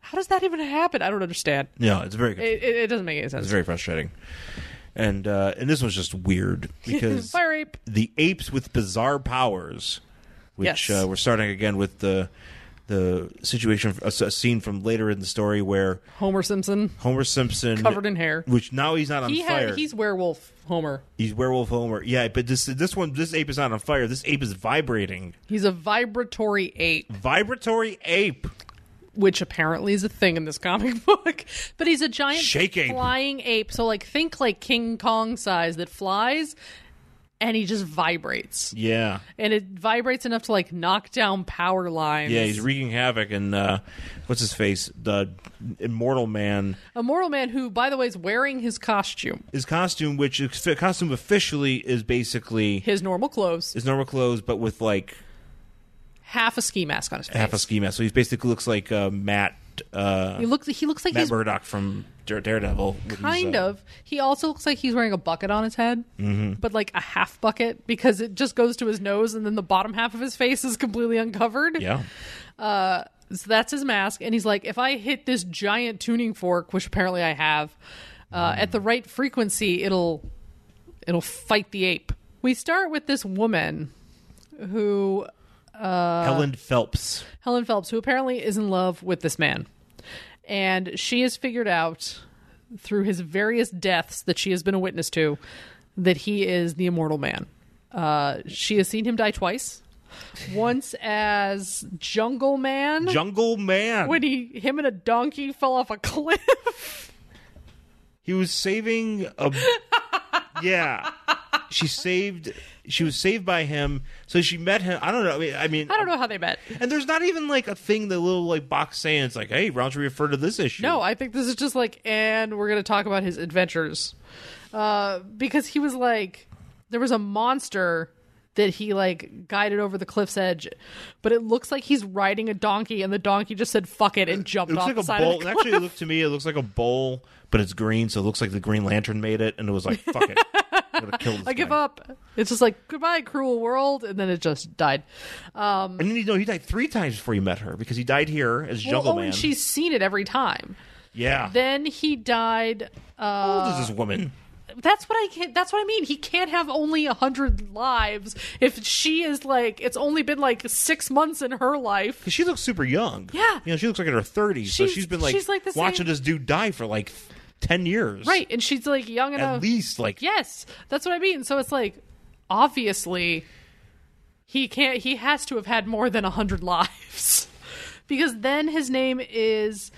S1: How does that even happen? I don't understand.
S2: No, it's very
S1: It, it, it doesn't make any sense.
S2: it's very frustrating. And uh and this one's
S1: *laughs*
S2: just weird because
S1: Fire ape.
S2: the apes with bizarre powers, which
S1: Yes.
S2: uh, we're starting again with the the situation, a, s- a scene from later in the story where
S1: Homer Simpson
S2: Homer Simpson
S1: covered in hair.
S2: which now he's not on
S1: He
S2: fire.
S1: had, he's werewolf Homer.
S2: He's werewolf Homer. Yeah, but this this one this ape is not on fire. This ape is vibrating.
S1: He's a vibratory ape.
S2: Vibratory ape.
S1: which apparently is a thing in this comic *laughs* book. But he's a giant
S2: Shaking.
S1: flying ape. So like think like King Kong size that flies and he just vibrates.
S2: Yeah.
S1: And it vibrates enough to like knock down power lines.
S2: Yeah, he's wreaking havoc and uh what's his face? The immortal man.
S1: a mortal man who by the way is wearing his costume,
S2: His costume which his costume officially is basically
S1: his normal clothes,
S2: his normal clothes but with like
S1: half a ski mask on his face.
S2: half a ski mask. So he basically looks like uh, Matt uh
S1: he looks he looks like
S2: Matt
S1: he's
S2: Murdock from Dare- Daredevil. with his,
S1: kind
S2: uh, Mm-hmm.
S1: of he also looks like he's wearing a bucket on his head but like a half bucket because it just goes to his nose and then the bottom half of his face is completely uncovered
S2: Yeah.
S1: Uh, so that's his mask, and he's like, if I hit this giant tuning fork, which apparently I have, uh, at the right frequency, it'll it'll fight the ape. We start with this woman who Uh,
S2: Helen Phelps.
S1: Helen Phelps, who apparently is in love with this man. And she has figured out through his various deaths that she has been a witness to that he is the immortal man. Uh, she has seen him die twice. Once as Jungle Man.
S2: Jungle Man.
S1: when he him and a donkey fell off a cliff. *laughs*
S2: He was saving
S1: *laughs*
S2: a. yeah. She saved. She was saved by him. So she met him. I don't know. I mean, I mean,
S1: I don't know how they met.
S2: And there's not even like a thing. The little like box saying it's like, hey, why don't you refer to this issue?
S1: No, I think this is just like, and we're gonna talk about his adventures, uh, because he was like, there was a monster that he like guided over the cliff's edge, but it looks like he's riding a donkey, and the donkey just said "fuck it" and
S2: It
S1: jumped
S2: looks
S1: off
S2: like
S1: the
S2: a
S1: side
S2: bowl.
S1: of the
S2: and
S1: cliff.
S2: Actually, it looked to me, it looks like a bowl, but it's green, so it looks like the Green Lantern made it, and it was like, fuck
S1: *laughs*
S2: it, I'm gonna kill this
S1: I give
S2: guy.
S1: up. It's just like goodbye, cruel world, and then it just died. Um,
S2: And then you know he died three times before he met her because he died here as
S1: Well,
S2: Jungle
S1: oh,
S2: Man.
S1: and she's seen it every time.
S2: yeah.
S1: Then he died. Uh,
S2: How old is this woman?
S1: that's what I can that's what I mean. He can't have only a hundred lives if she is like it's only been like six months in her life.
S2: Because she looks super young.
S1: Yeah.
S2: You know, she looks like in her 30s. so
S1: She's-
S2: she's been like,
S1: she's like the
S2: watching
S1: same-
S2: this dude die for like 10 years.
S1: Right. And she's like young
S2: At
S1: enough.
S2: least like
S1: Yes. That's what I mean. So it's like obviously he can't he has to have had more than a hundred lives. *laughs* because then his name is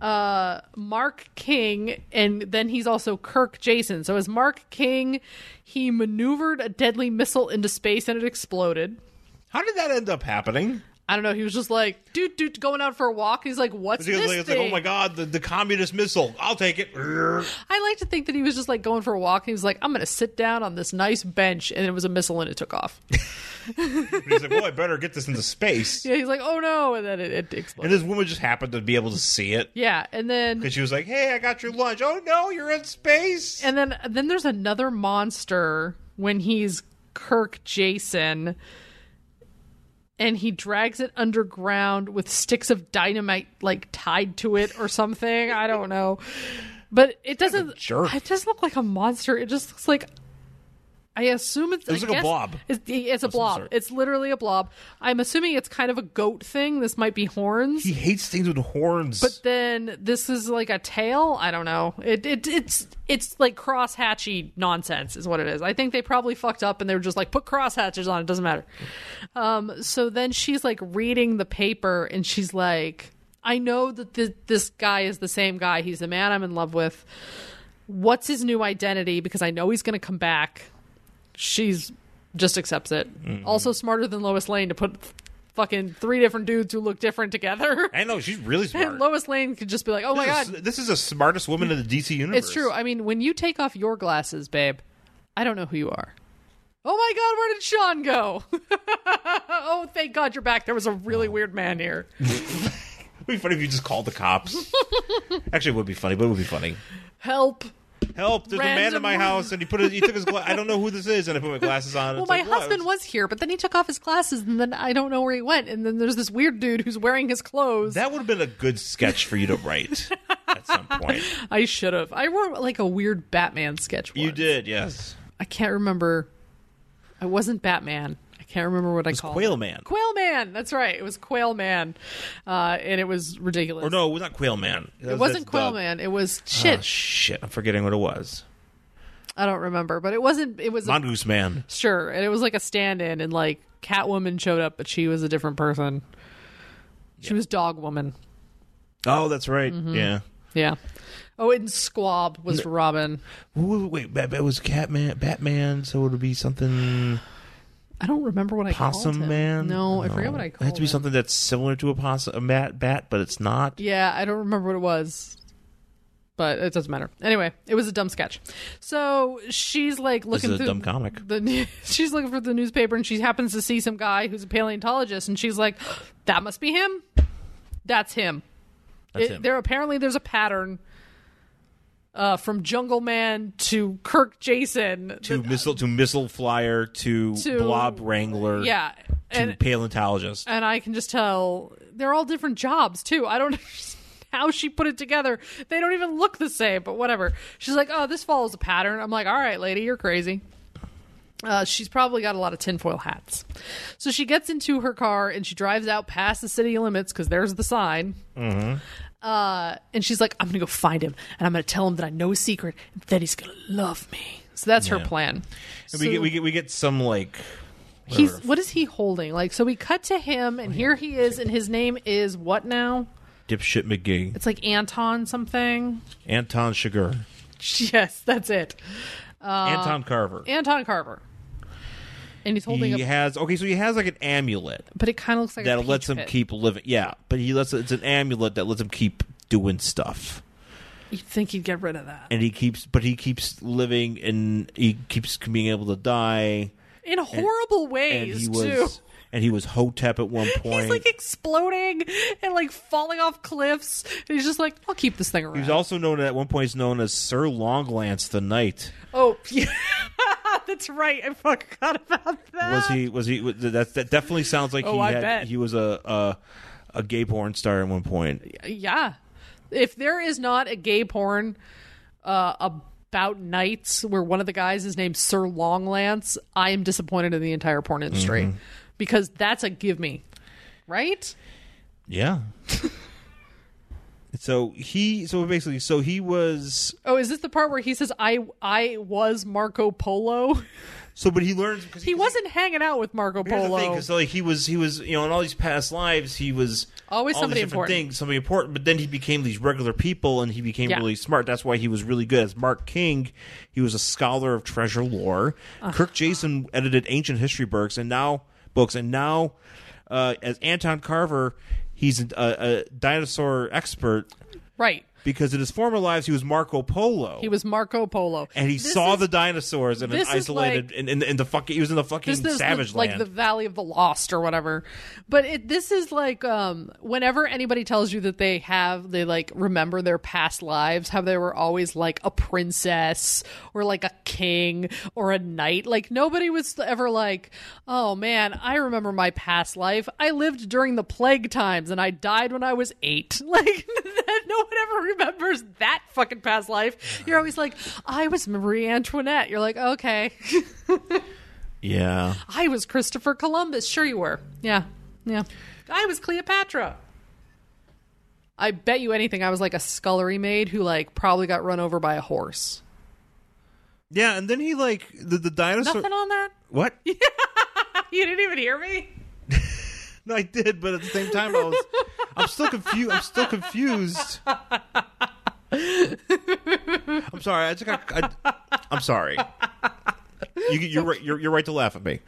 S1: uh Mark King and then he's also Kirk Jason. So as Mark King, he maneuvered a deadly missile into space and it exploded.
S2: How did that end up happening?
S1: I don't know. He was just like, dude, dude, going out for a walk. He's like, what's
S2: It's like,
S1: this
S2: it's like,
S1: thing?
S2: oh my god, the, the communist missile. I'll take it.
S1: I like to think that he was just like going for a walk. And he was like, I'm going to sit down on this nice bench. And it was a missile and it took off. *laughs*
S2: He's like, boy, I better get this into
S1: *laughs*
S2: space.
S1: yeah, he's like, oh no. And then it, it
S2: And
S1: exploded.
S2: this woman just happened to be able to see it.
S1: yeah. And then,
S2: Because she was like, hey, I got your lunch. Oh no, you're in space.
S1: and then, then there's another monster when he's Kirk Jason. And he drags it underground with sticks of dynamite like tied to it or something. I don't know. But it doesn't.
S2: jerk.
S1: It doesn't look like a monster. It just looks like. I assume it's. I
S2: looks like a
S1: guess-
S2: blob.
S1: It's, it's a blob.
S2: sort.
S1: It's literally a blob. I'm assuming it's kind of a goat thing. This might be horns.
S2: he hates things with horns.
S1: But then this is like a tail. I don't know. It, it it's it's like crosshatchy nonsense is what it is. I think they probably fucked up and they were just like put crosshatches on. It doesn't matter. Um. So then she's like reading the paper and she's like, I know that th- this guy is the same guy. He's the man I'm in love with. What's his new identity? Because I know he's going to come back. She's just accepts it. Also smarter than Lois Lane to put. Fucking three different dudes who look different together. *laughs*
S2: I know she's really smart.
S1: And Lois Lane could just be like, "Oh my
S2: this,
S1: god,
S2: Is, this is the smartest woman in the DC universe.
S1: it's true." I mean, when you take off your glasses, babe, I don't know who you are. Oh my god, where did Sean go? *laughs* oh, thank God you're back. There was a
S2: Oh.
S1: really weird man here.
S2: It'd be funny if you just called the
S1: *laughs*
S2: cops. Actually, it would be funny, but it would be funny.
S1: Help.
S2: Help! There's a man in
S1: Random-
S2: my house, and he put his, he took his. Gla- I don't know who this is, and I put my glasses on. and
S1: Well,
S2: it's
S1: my
S2: like, "What?"
S1: husband was here, but then he took off his glasses, and then I don't know where he went. And then there's this weird dude who's wearing his clothes.
S2: That would have been a good sketch for you to write
S1: *laughs*
S2: at some point.
S1: I should have. I wrote like a weird Batman sketch.
S2: You
S1: once.
S2: did, yes.
S1: I can't remember. I wasn't Batman. I can't remember what I called. it.
S2: Quail Man,
S1: Quail Man. That's right. It was Quail Man, uh, and it was ridiculous.
S2: or no, it was Ah, not Quail Man.
S1: it wasn't Quail Man. It was shit.
S2: uh, shit, I'm forgetting what it was.
S1: I don't remember, but it wasn't. It was a,
S2: Mongoose Man.
S1: sure, and it was like a stand-in, and like Catwoman showed up, but she was a different person. She was Dog Woman.
S2: Oh, that's right.
S1: Mm-hmm.
S2: Yeah.
S1: Yeah. Oh, and Squab was Robin.
S2: Who, wait, Bat- it was Catman, Batman. So it would be something
S1: I don't remember what I called
S2: Possum
S1: him.
S2: Man.
S1: No, I forget what I
S2: It
S1: called.
S2: had to be
S1: him.
S2: something that's similar to a possum, a mat, bat, but it's not.
S1: Yeah, I don't remember what it was. But it doesn't matter. Anyway, it was a dumb sketch. So she's like looking
S2: is a
S1: through
S2: dumb comic.
S1: The *laughs* she's looking for the newspaper and she happens to see some guy who's a paleontologist and she's like, "That must be him. That's him."
S2: That's
S1: It-
S2: him.
S1: There apparently there's a pattern uh, from Jungle Man to Kirk Jason. *laughs*
S2: to missile to missile flyer to,
S1: To-
S2: blob wrangler
S1: yeah,
S2: to
S1: and
S2: paleontologist
S1: and I can just tell they're all different jobs too. I don't *laughs* understand how she put it together. They don't even look the same, but whatever. She's like, "Oh, this follows a pattern." I'm like, "All right, lady, you're crazy." Uh, she's probably got a lot of tinfoil hats. So she gets into her car and she drives out past the city limits because there's the sign.
S2: Mm-hmm.
S1: Uh, and she's like, I'm going to go find him and I'm going to tell him that I know a secret and then he's going to love me. So that's her
S2: Yeah.
S1: plan.
S2: and we get
S1: So-
S2: we get we get some like
S1: he's
S2: whatever,
S1: what is he holding like so we cut to him and here he is and his name is what now
S2: dipshit mcgee
S1: it's like anton something *laughs*
S2: anton sugar
S1: yes that's it Uh,
S2: anton carver
S1: anton carver and he's holding
S2: he
S1: a
S2: has okay so he has like an amulet
S1: but it kind of looks like a
S2: that
S1: peach
S2: lets him
S1: pit.
S2: keep living yeah but he lets it's an amulet that lets him keep doing stuff
S1: you'd think he'd get rid of that
S2: and he keeps but he keeps living and he keeps being able to die
S1: in horrible
S2: and
S1: ways
S2: he
S1: too
S2: was and he was hotep at one
S1: *laughs*
S2: point
S1: he's like exploding and like falling off cliffs and he's just like i'll keep this thing around
S2: He was also known at one point he's known as Sir Longlance the Knight.
S1: oh *laughs* yeah that's right i forgot about that
S2: Was he? Was he? was- That that definitely sounds like he
S1: Ah. Oh, I
S2: had.
S1: bet.
S2: He was a, a a gay porn star at one point.
S1: yeah if there is not a gay porn uh, a about knights where one of the guys is named Sir Longlance, I am disappointed in the entire porn industry
S2: Mm-hmm.
S1: because that's a give me, right? *laughs*
S2: Yeah. so he so basically so he was
S1: Oh, is this the part where he says I I was Marco Polo? *laughs*
S2: so but he learns because
S1: He wasn't hanging out with Marco
S2: Here's the thing,
S1: Polo.
S2: because like he was, he was, you know, in all these past lives, he was
S1: Always
S2: all
S1: somebody
S2: these different
S1: important.
S2: Things, somebody important. But then he became these regular people, and he became
S1: Yeah.
S2: really smart. That's why he was really good. As Mark King, he was a scholar of treasure lore. Kirk Jason edited ancient history books, and now books, and now uh, as Anton Carver, he's a, a dinosaur expert
S1: Right.
S2: because in his former lives he was Marco Polo.
S1: He was Marco Polo.
S2: and he
S1: This
S2: saw
S1: is-
S2: the dinosaurs in an
S1: this is
S2: isolated in, in, in the fucking he was in the fucking
S1: this is
S2: savage
S1: like
S2: land.
S1: the Valley of the Lost or whatever. But it, this is like um, whenever anybody tells you that they have, they like remember their past lives, how they were always like a princess or like a king or a knight. Like nobody was ever like, oh man, I remember my past life. I lived during the plague times and I died when I was eight. *laughs* Like that, no one ever remembers that fucking past life. You're always like, I was Marie Antoinette. You're like, okay. *laughs*
S2: yeah.
S1: I was Christopher Columbus. Sure, you were. Yeah. Yeah. I was Cleopatra. I bet you anything I was like a scullery maid who like probably got run over by a horse.
S2: Yeah, and then he like the the dinosaur.
S1: Nothing on that? *laughs*
S2: What? *laughs*
S1: You didn't even hear me?
S2: No, I did, but at the same time, I was. I'm still confused. I'm still confused. I'm sorry. I just got. I, I'm sorry. You, you're right. You're, you're right to laugh at me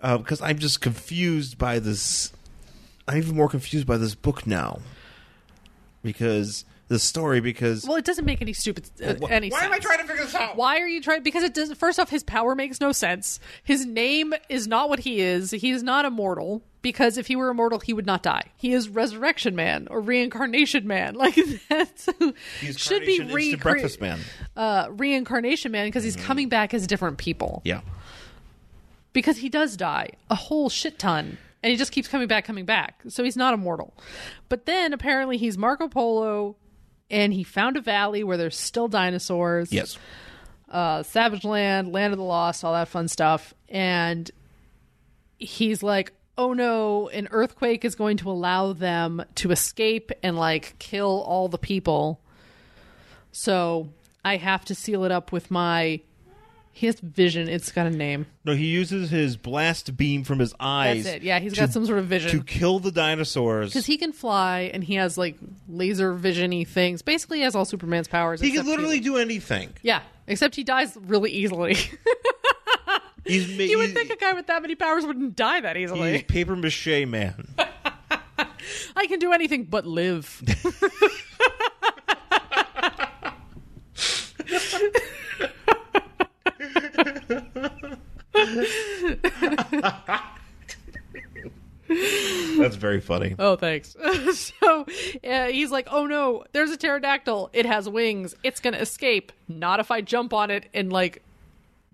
S2: because I'm just confused by this. I'm even more confused by this book now because the story. Because
S1: Well, it doesn't make any stupid uh,
S2: Wh-
S1: any sense.
S2: to figure this out?
S1: Why are you trying? Because it doesn't. First off, his power makes no sense. His name is not what he is. He is not immortal. Because if he were immortal, he would not die. He is Resurrection Man or Reincarnation Man. *laughs* Like that
S2: He's
S1: should be
S2: Carnation Instant
S1: recre-
S2: breakfast man.
S1: uh, Reincarnation Man because he's coming back as different people.
S2: Yeah.
S1: because he does die a whole shit ton and he just keeps coming back coming back so he's not immortal but then apparently he's marco polo and he found a valley where there's still dinosaurs
S2: Yes.
S1: uh, savage land land of the lost all that fun stuff and he's like oh no an earthquake is going to allow them to escape and like kill all the people so i have to seal it up with my his vision it's got a name
S2: No, he uses his blast beam from his eyes.
S1: That's it. Yeah, he's
S2: to-
S1: got some sort of
S2: to
S1: vision
S2: kill the dinosaurs.
S1: because he can fly and he has like laser visiony things. Basically, he has all Superman's powers.
S2: He can
S1: except
S2: literally do anything.
S1: yeah, except he dies really easily. *laughs*
S2: He's ma-
S1: you would
S2: he's-
S1: think a guy with that many powers wouldn't die that easily.
S2: he's paper mache man.
S1: I can do anything but
S2: *laughs*
S1: live.
S2: That's very funny.
S1: Oh, thanks. *laughs* so uh, he's like, "Oh no, there's a pterodactyl. It has wings. It's gonna escape. Not if I jump on it and like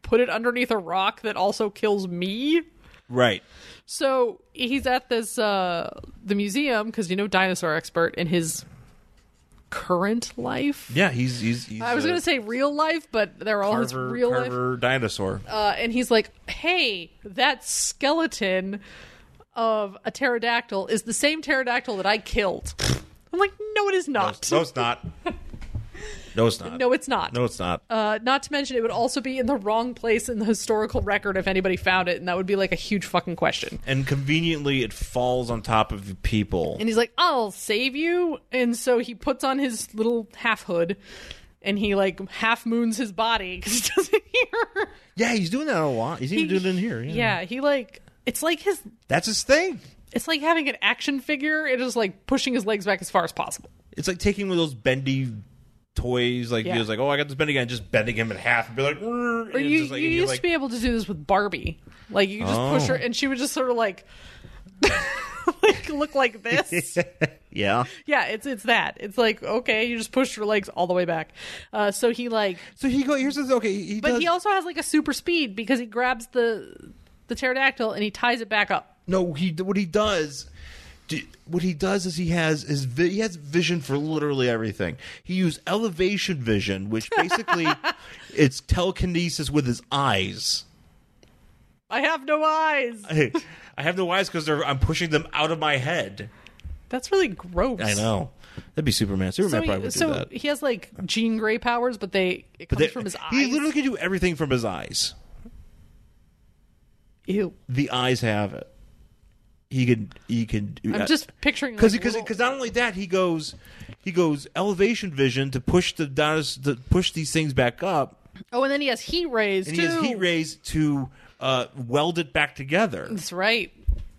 S1: put it underneath a rock that also kills me."
S2: Right.
S1: So he's at this uh the museum because you know dinosaur expert in his current life.
S2: Yeah, he's he's. he's
S1: I was
S2: a
S1: gonna say real life, but they're all his
S2: Carver,
S1: real life.
S2: Carver dinosaur.
S1: Uh, and he's like, "Hey, that skeleton of a pterodactyl is the same pterodactyl that I killed." I'm like, "No, it is
S2: no,
S1: not.
S2: it's- no,
S1: *laughs*
S2: it's not. No, it's not.
S1: No, it's not.
S2: No, it's not.
S1: Uh, not to mention, it would also be in the wrong place in the historical record if anybody found it, and that would be like a huge fucking question."
S2: and conveniently, it falls on top of people.
S1: And he's like, I'll save you. And so he puts on his little half hood and he like half moons his body because he doesn't *laughs* hear.
S2: yeah, he's doing that a lot. He's even doing it in here. Yeah.
S1: Yeah, he like, it's like his,
S2: that's his thing.
S1: it's like having an action figure and just like pushing his legs back as far as possible.
S2: It's like taking one of those bendy toys. Like
S1: Yeah.
S2: he was like, "Oh, I got this bendy guy," and just bending him in half, and be like, "Rrr," and
S1: Or
S2: it's
S1: you,
S2: just like,
S1: you
S2: and you're
S1: used
S2: like- Oh.
S1: to be able to do this with Barbie. Like you could just push her and she would just sort of like, *laughs* like look like
S2: *laughs*
S1: this.
S2: yeah."
S1: yeah, it's it's that. It's like okay, you just pushed her legs all the way back. Uh, so he like
S2: So he go here's the okay. He
S1: But
S2: does,
S1: he also has like a super speed because he grabs the the pterodactyl and he ties it back up.
S2: No, he what he does d- what he does is he has his vi- he has vision for literally everything. He used elevation vision, which
S1: *laughs*
S2: basically it's telekinesis with his eyes. *laughs*
S1: I have no eyes.
S2: I have no eyes because I'm pushing them out of my head.
S1: That's really gross.
S2: I know that'd be Superman.
S1: So,
S2: Superman
S1: he,
S2: probably would
S1: so
S2: do that.
S1: he has like Jean Grey powers, but they it comes
S2: But they-
S1: from his eyes.
S2: He literally can do everything from his eyes.
S1: Ew.
S2: The eyes have it. He can. He uh, can.
S1: I'm just picturing
S2: because
S1: like,
S2: because
S1: little-
S2: because not only that he goes he goes elevation vision to push the dollars to push these things back up
S1: Oh, and then he has heat rays
S2: and
S1: too.
S2: he has heat rays to uh, weld it back together.
S1: That's right.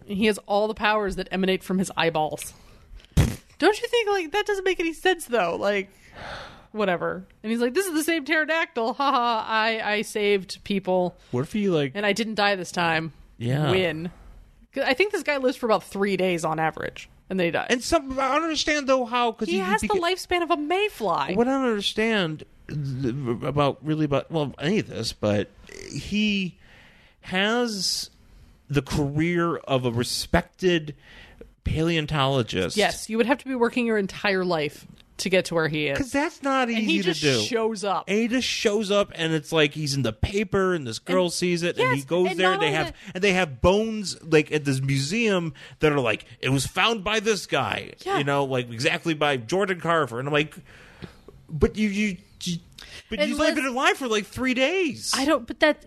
S1: And He has all the powers that emanate from his eyeballs. Don't you think like that doesn't make any sense though? Like whatever. And he's like, This is the same pterodactyl. Ha ha, I, I saved people
S2: What if he like
S1: and I didn't die this time.
S2: Yeah.
S1: Win. 'Cause I think this guy lives for about three days on average. And then he dies.
S2: and some I don't understand though how because
S1: he, has the lifespan of a mayfly.
S2: What I don't understand th- about really about well any of this, but he has the career of a respected paleontologist.
S1: Yes, you would have to be working your entire life to get to where he is.
S2: Because that's not easy
S1: And he just
S2: to do.
S1: shows up.
S2: and he just shows up, and it's like he's in the paper, and this girl sees it, and he
S1: yes,
S2: goes
S1: and
S2: there.
S1: not
S2: And they
S1: only
S2: have
S1: that-
S2: and they have bones like at this museum that are like it was found by this guy,
S1: Yeah.
S2: you know, like exactly by Jordan Carver. And I'm like, but you you, you but you've only
S1: Unless-
S2: been alive for like three days,
S1: I don't but that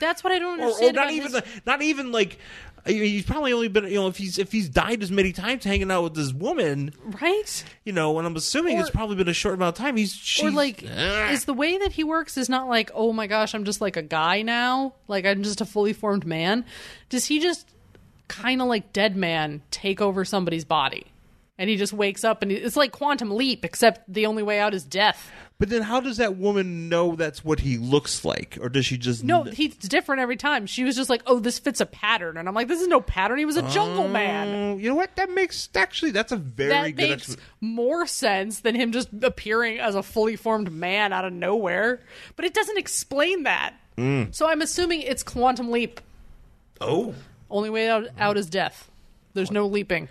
S1: that's what I don't
S2: *laughs* or,
S1: understand.
S2: or
S1: about
S2: not even
S1: his-
S2: the- not even like. I mean, He's probably only been, you know, if he's if he's died as many times hanging out with this woman,
S1: right?
S2: you know, and I'm assuming it's
S1: Or-
S2: probably been a short amount of time. He's
S1: or
S2: she's-
S1: like
S2: Ah.
S1: is the way that he works is not like oh my gosh i'm just like a guy now like i'm just a fully formed man does he just kind of like dead man take over somebody's body and he just wakes up and he- it's like quantum leap except the only way out is death
S2: But then, how does that woman know that's what he looks like, or does she just
S1: no he's different every time she was just like oh this fits a pattern and i'm like this is no pattern he was a jungle man
S2: Oh, you know what? That makes actually that's a very
S1: that
S2: good.
S1: makes
S2: expla-
S1: more sense than him just appearing as a fully formed man out of nowhere. But it doesn't explain that.
S2: Mm.
S1: So I'm assuming it's quantum leap.
S2: oh,
S1: Only way out, out is death. There's no leaping,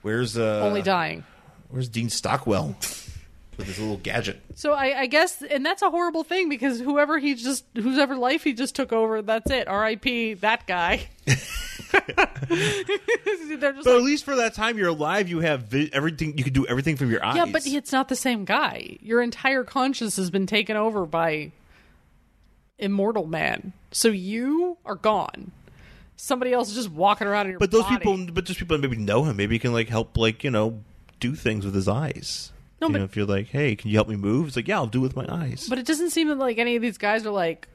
S2: where's uh,
S1: only dying.
S2: Where's Dean Stockwell with his little gadget?
S1: So I, I guess, and that's a horrible thing because whoever he just, whosever life he just took over, that's it. R.I.P. That guy.
S2: *laughs*
S1: *laughs* They're just
S2: But
S1: like,
S2: at least for that time you're alive, you have vi- everything. You can do everything from your eyes.
S1: yeah, but it's not the same guy. Your entire conscience has been taken over by immortal man. So you are gone. Somebody else is just walking around in your
S2: But those
S1: body.
S2: people, but those people that maybe know him. Maybe he can like help, like you know, do things with his eyes.
S1: No,
S2: you
S1: but-
S2: know, if you're like, hey, can you help me move? It's like, yeah, I'll do it with my eyes.
S1: But it doesn't seem like any of these guys are like.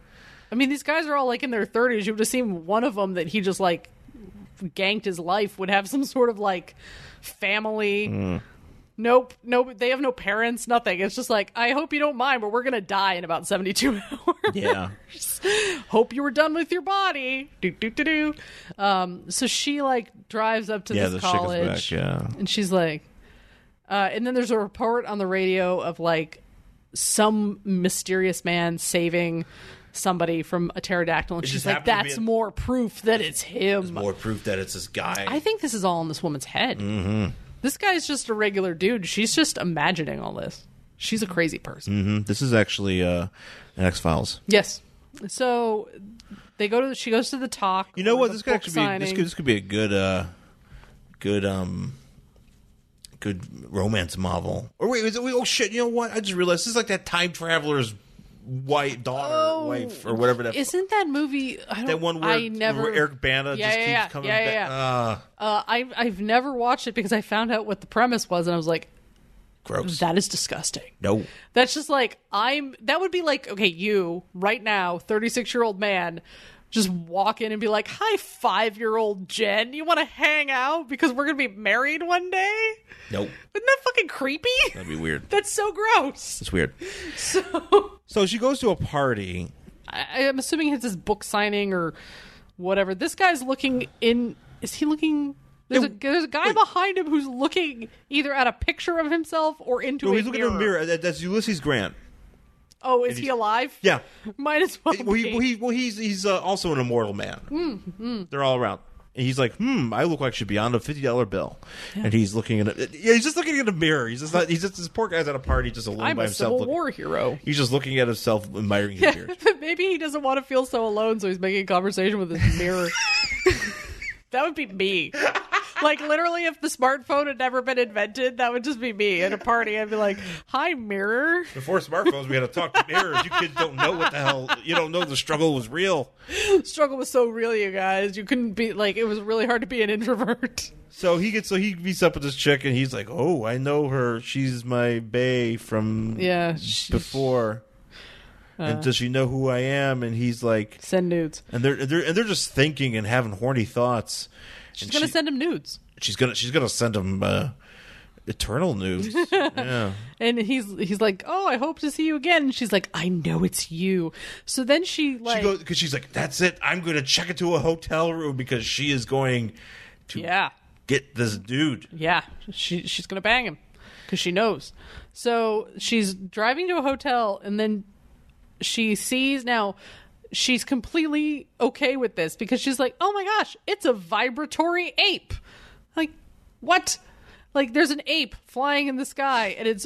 S1: I mean, these guys are all like in their thirties. You would have seen one of them that he just like ganked his life would have some sort of like family.
S2: Hmm.
S1: Nope, nope. They have no parents, nothing. It's just like I hope you don't mind, but we're gonna die in about seventy-two *laughs* hours.
S2: yeah,
S1: *laughs* hope you were done with your body. Do do do do. Um, so she like drives up to
S2: yeah,
S1: this
S2: the chick is
S1: college,
S2: back. Yeah,
S1: and she's like, uh, and then there's a report on the radio of like some mysterious man saving somebody from a pterodactyl, and
S2: It
S1: she's
S2: just
S1: like,
S2: happened to be
S1: that's
S2: a-
S1: more proof that it's him.
S2: proof that it's this guy.
S1: I think this is all in this woman's head. Mm-hmm. This guy's just a regular dude. She's just imagining all this. She's a crazy person.
S2: Mm, This is actually uh, X Files.
S1: Yes. So they go to. She goes to the talk.
S2: You know
S1: or
S2: what?
S1: the
S2: This could
S1: book
S2: actually be this
S1: signing.
S2: could, this could be a good, uh, good, um, good romance novel. Or wait, was it, wait, oh shit! You know what? I just realized this is like that time traveler's wife, daughter, wife, or whatever that.
S1: Isn't that movie? Oh, I don't,
S2: that one where,
S1: I never
S2: where Eric
S1: Yeah,
S2: Bana just
S1: yeah,
S2: keeps
S1: yeah,
S2: coming
S1: yeah,
S2: back.
S1: yeah, yeah.
S2: Ah,
S1: Uh, I've I've never watched it because I found out what the premise was and I was like,
S2: gross.
S1: that is disgusting.
S2: no.
S1: That's just like I'm. That would be like okay, you right now, thirty six year old man. Just walk in and be like, "Hi, five-year-old Jen. You want to hang out because we're gonna be married one day?"
S2: Nope.
S1: Isn't that fucking creepy?
S2: That'd be
S1: *laughs*
S2: weird.
S1: That's so gross.
S2: It's weird.
S1: *laughs* So
S2: So she goes to a party.
S1: I, I'm assuming it's his book signing or whatever. This guy's looking in. Is he looking? There's a, there's a guy behind him who's looking either at a picture of himself or into
S2: No,
S1: a,
S2: he's looking
S1: mirror.
S2: in a mirror. That, that's Ulysses Grant.
S1: Oh, is he alive?
S2: Yeah.
S1: *laughs* Might as well.
S2: Well, he,
S1: be.
S2: well, he, well he's he's uh, also an immortal man. They're all around. And he's like, "Hmm, I look like should be on a fifty dollar bill," and he's looking at it. Yeah, he's just looking in a mirror. He's just not. He's just this poor guy's at a party, just alone
S1: I'm a
S2: by himself.
S1: Civil
S2: looking-
S1: War hero. *laughs*
S2: He's just looking at himself, admiring his beard.
S1: Maybe he doesn't want to feel so alone, so he's making a conversation with his
S2: *laughs*
S1: mirror. that would be me. Like literally, if the smartphone had never been invented, that would just be me at a party. I'd be like, "Hi, mirror."
S2: Before smartphones, we had to talk to mirrors. You kids don't know what the hell. You don't know the struggle was real.
S1: Struggle was so real, you guys. You couldn't be like it was really hard to be an introvert. *laughs*
S2: So he gets so he meets up with this chick, and he's like, "Oh, I know her. She's my bae from
S1: Yeah, she-
S2: before." and does she know who I am? And he's like,
S1: Send nudes.
S2: and they're they're and they're just thinking and having horny thoughts.
S1: She's
S2: and
S1: gonna
S2: she-
S1: send him nudes,
S2: she's gonna she's gonna send him uh,
S1: *laughs*
S2: eternal news. yeah,
S1: and he's he's like, "Oh, I hope to see you again." And she's like, "I know it's you." So then she like
S2: she goes because she's like, that's it. I'm gonna check into a hotel room because she is going to
S1: Yeah.
S2: get this dude.
S1: Yeah, she she's gonna bang him because she knows. So she's driving to a hotel, and then she sees now. She's completely okay with this because she's like, "Oh my gosh, it's a vibratory ape!" Like, what? Like, there's an ape flying in the sky, and it's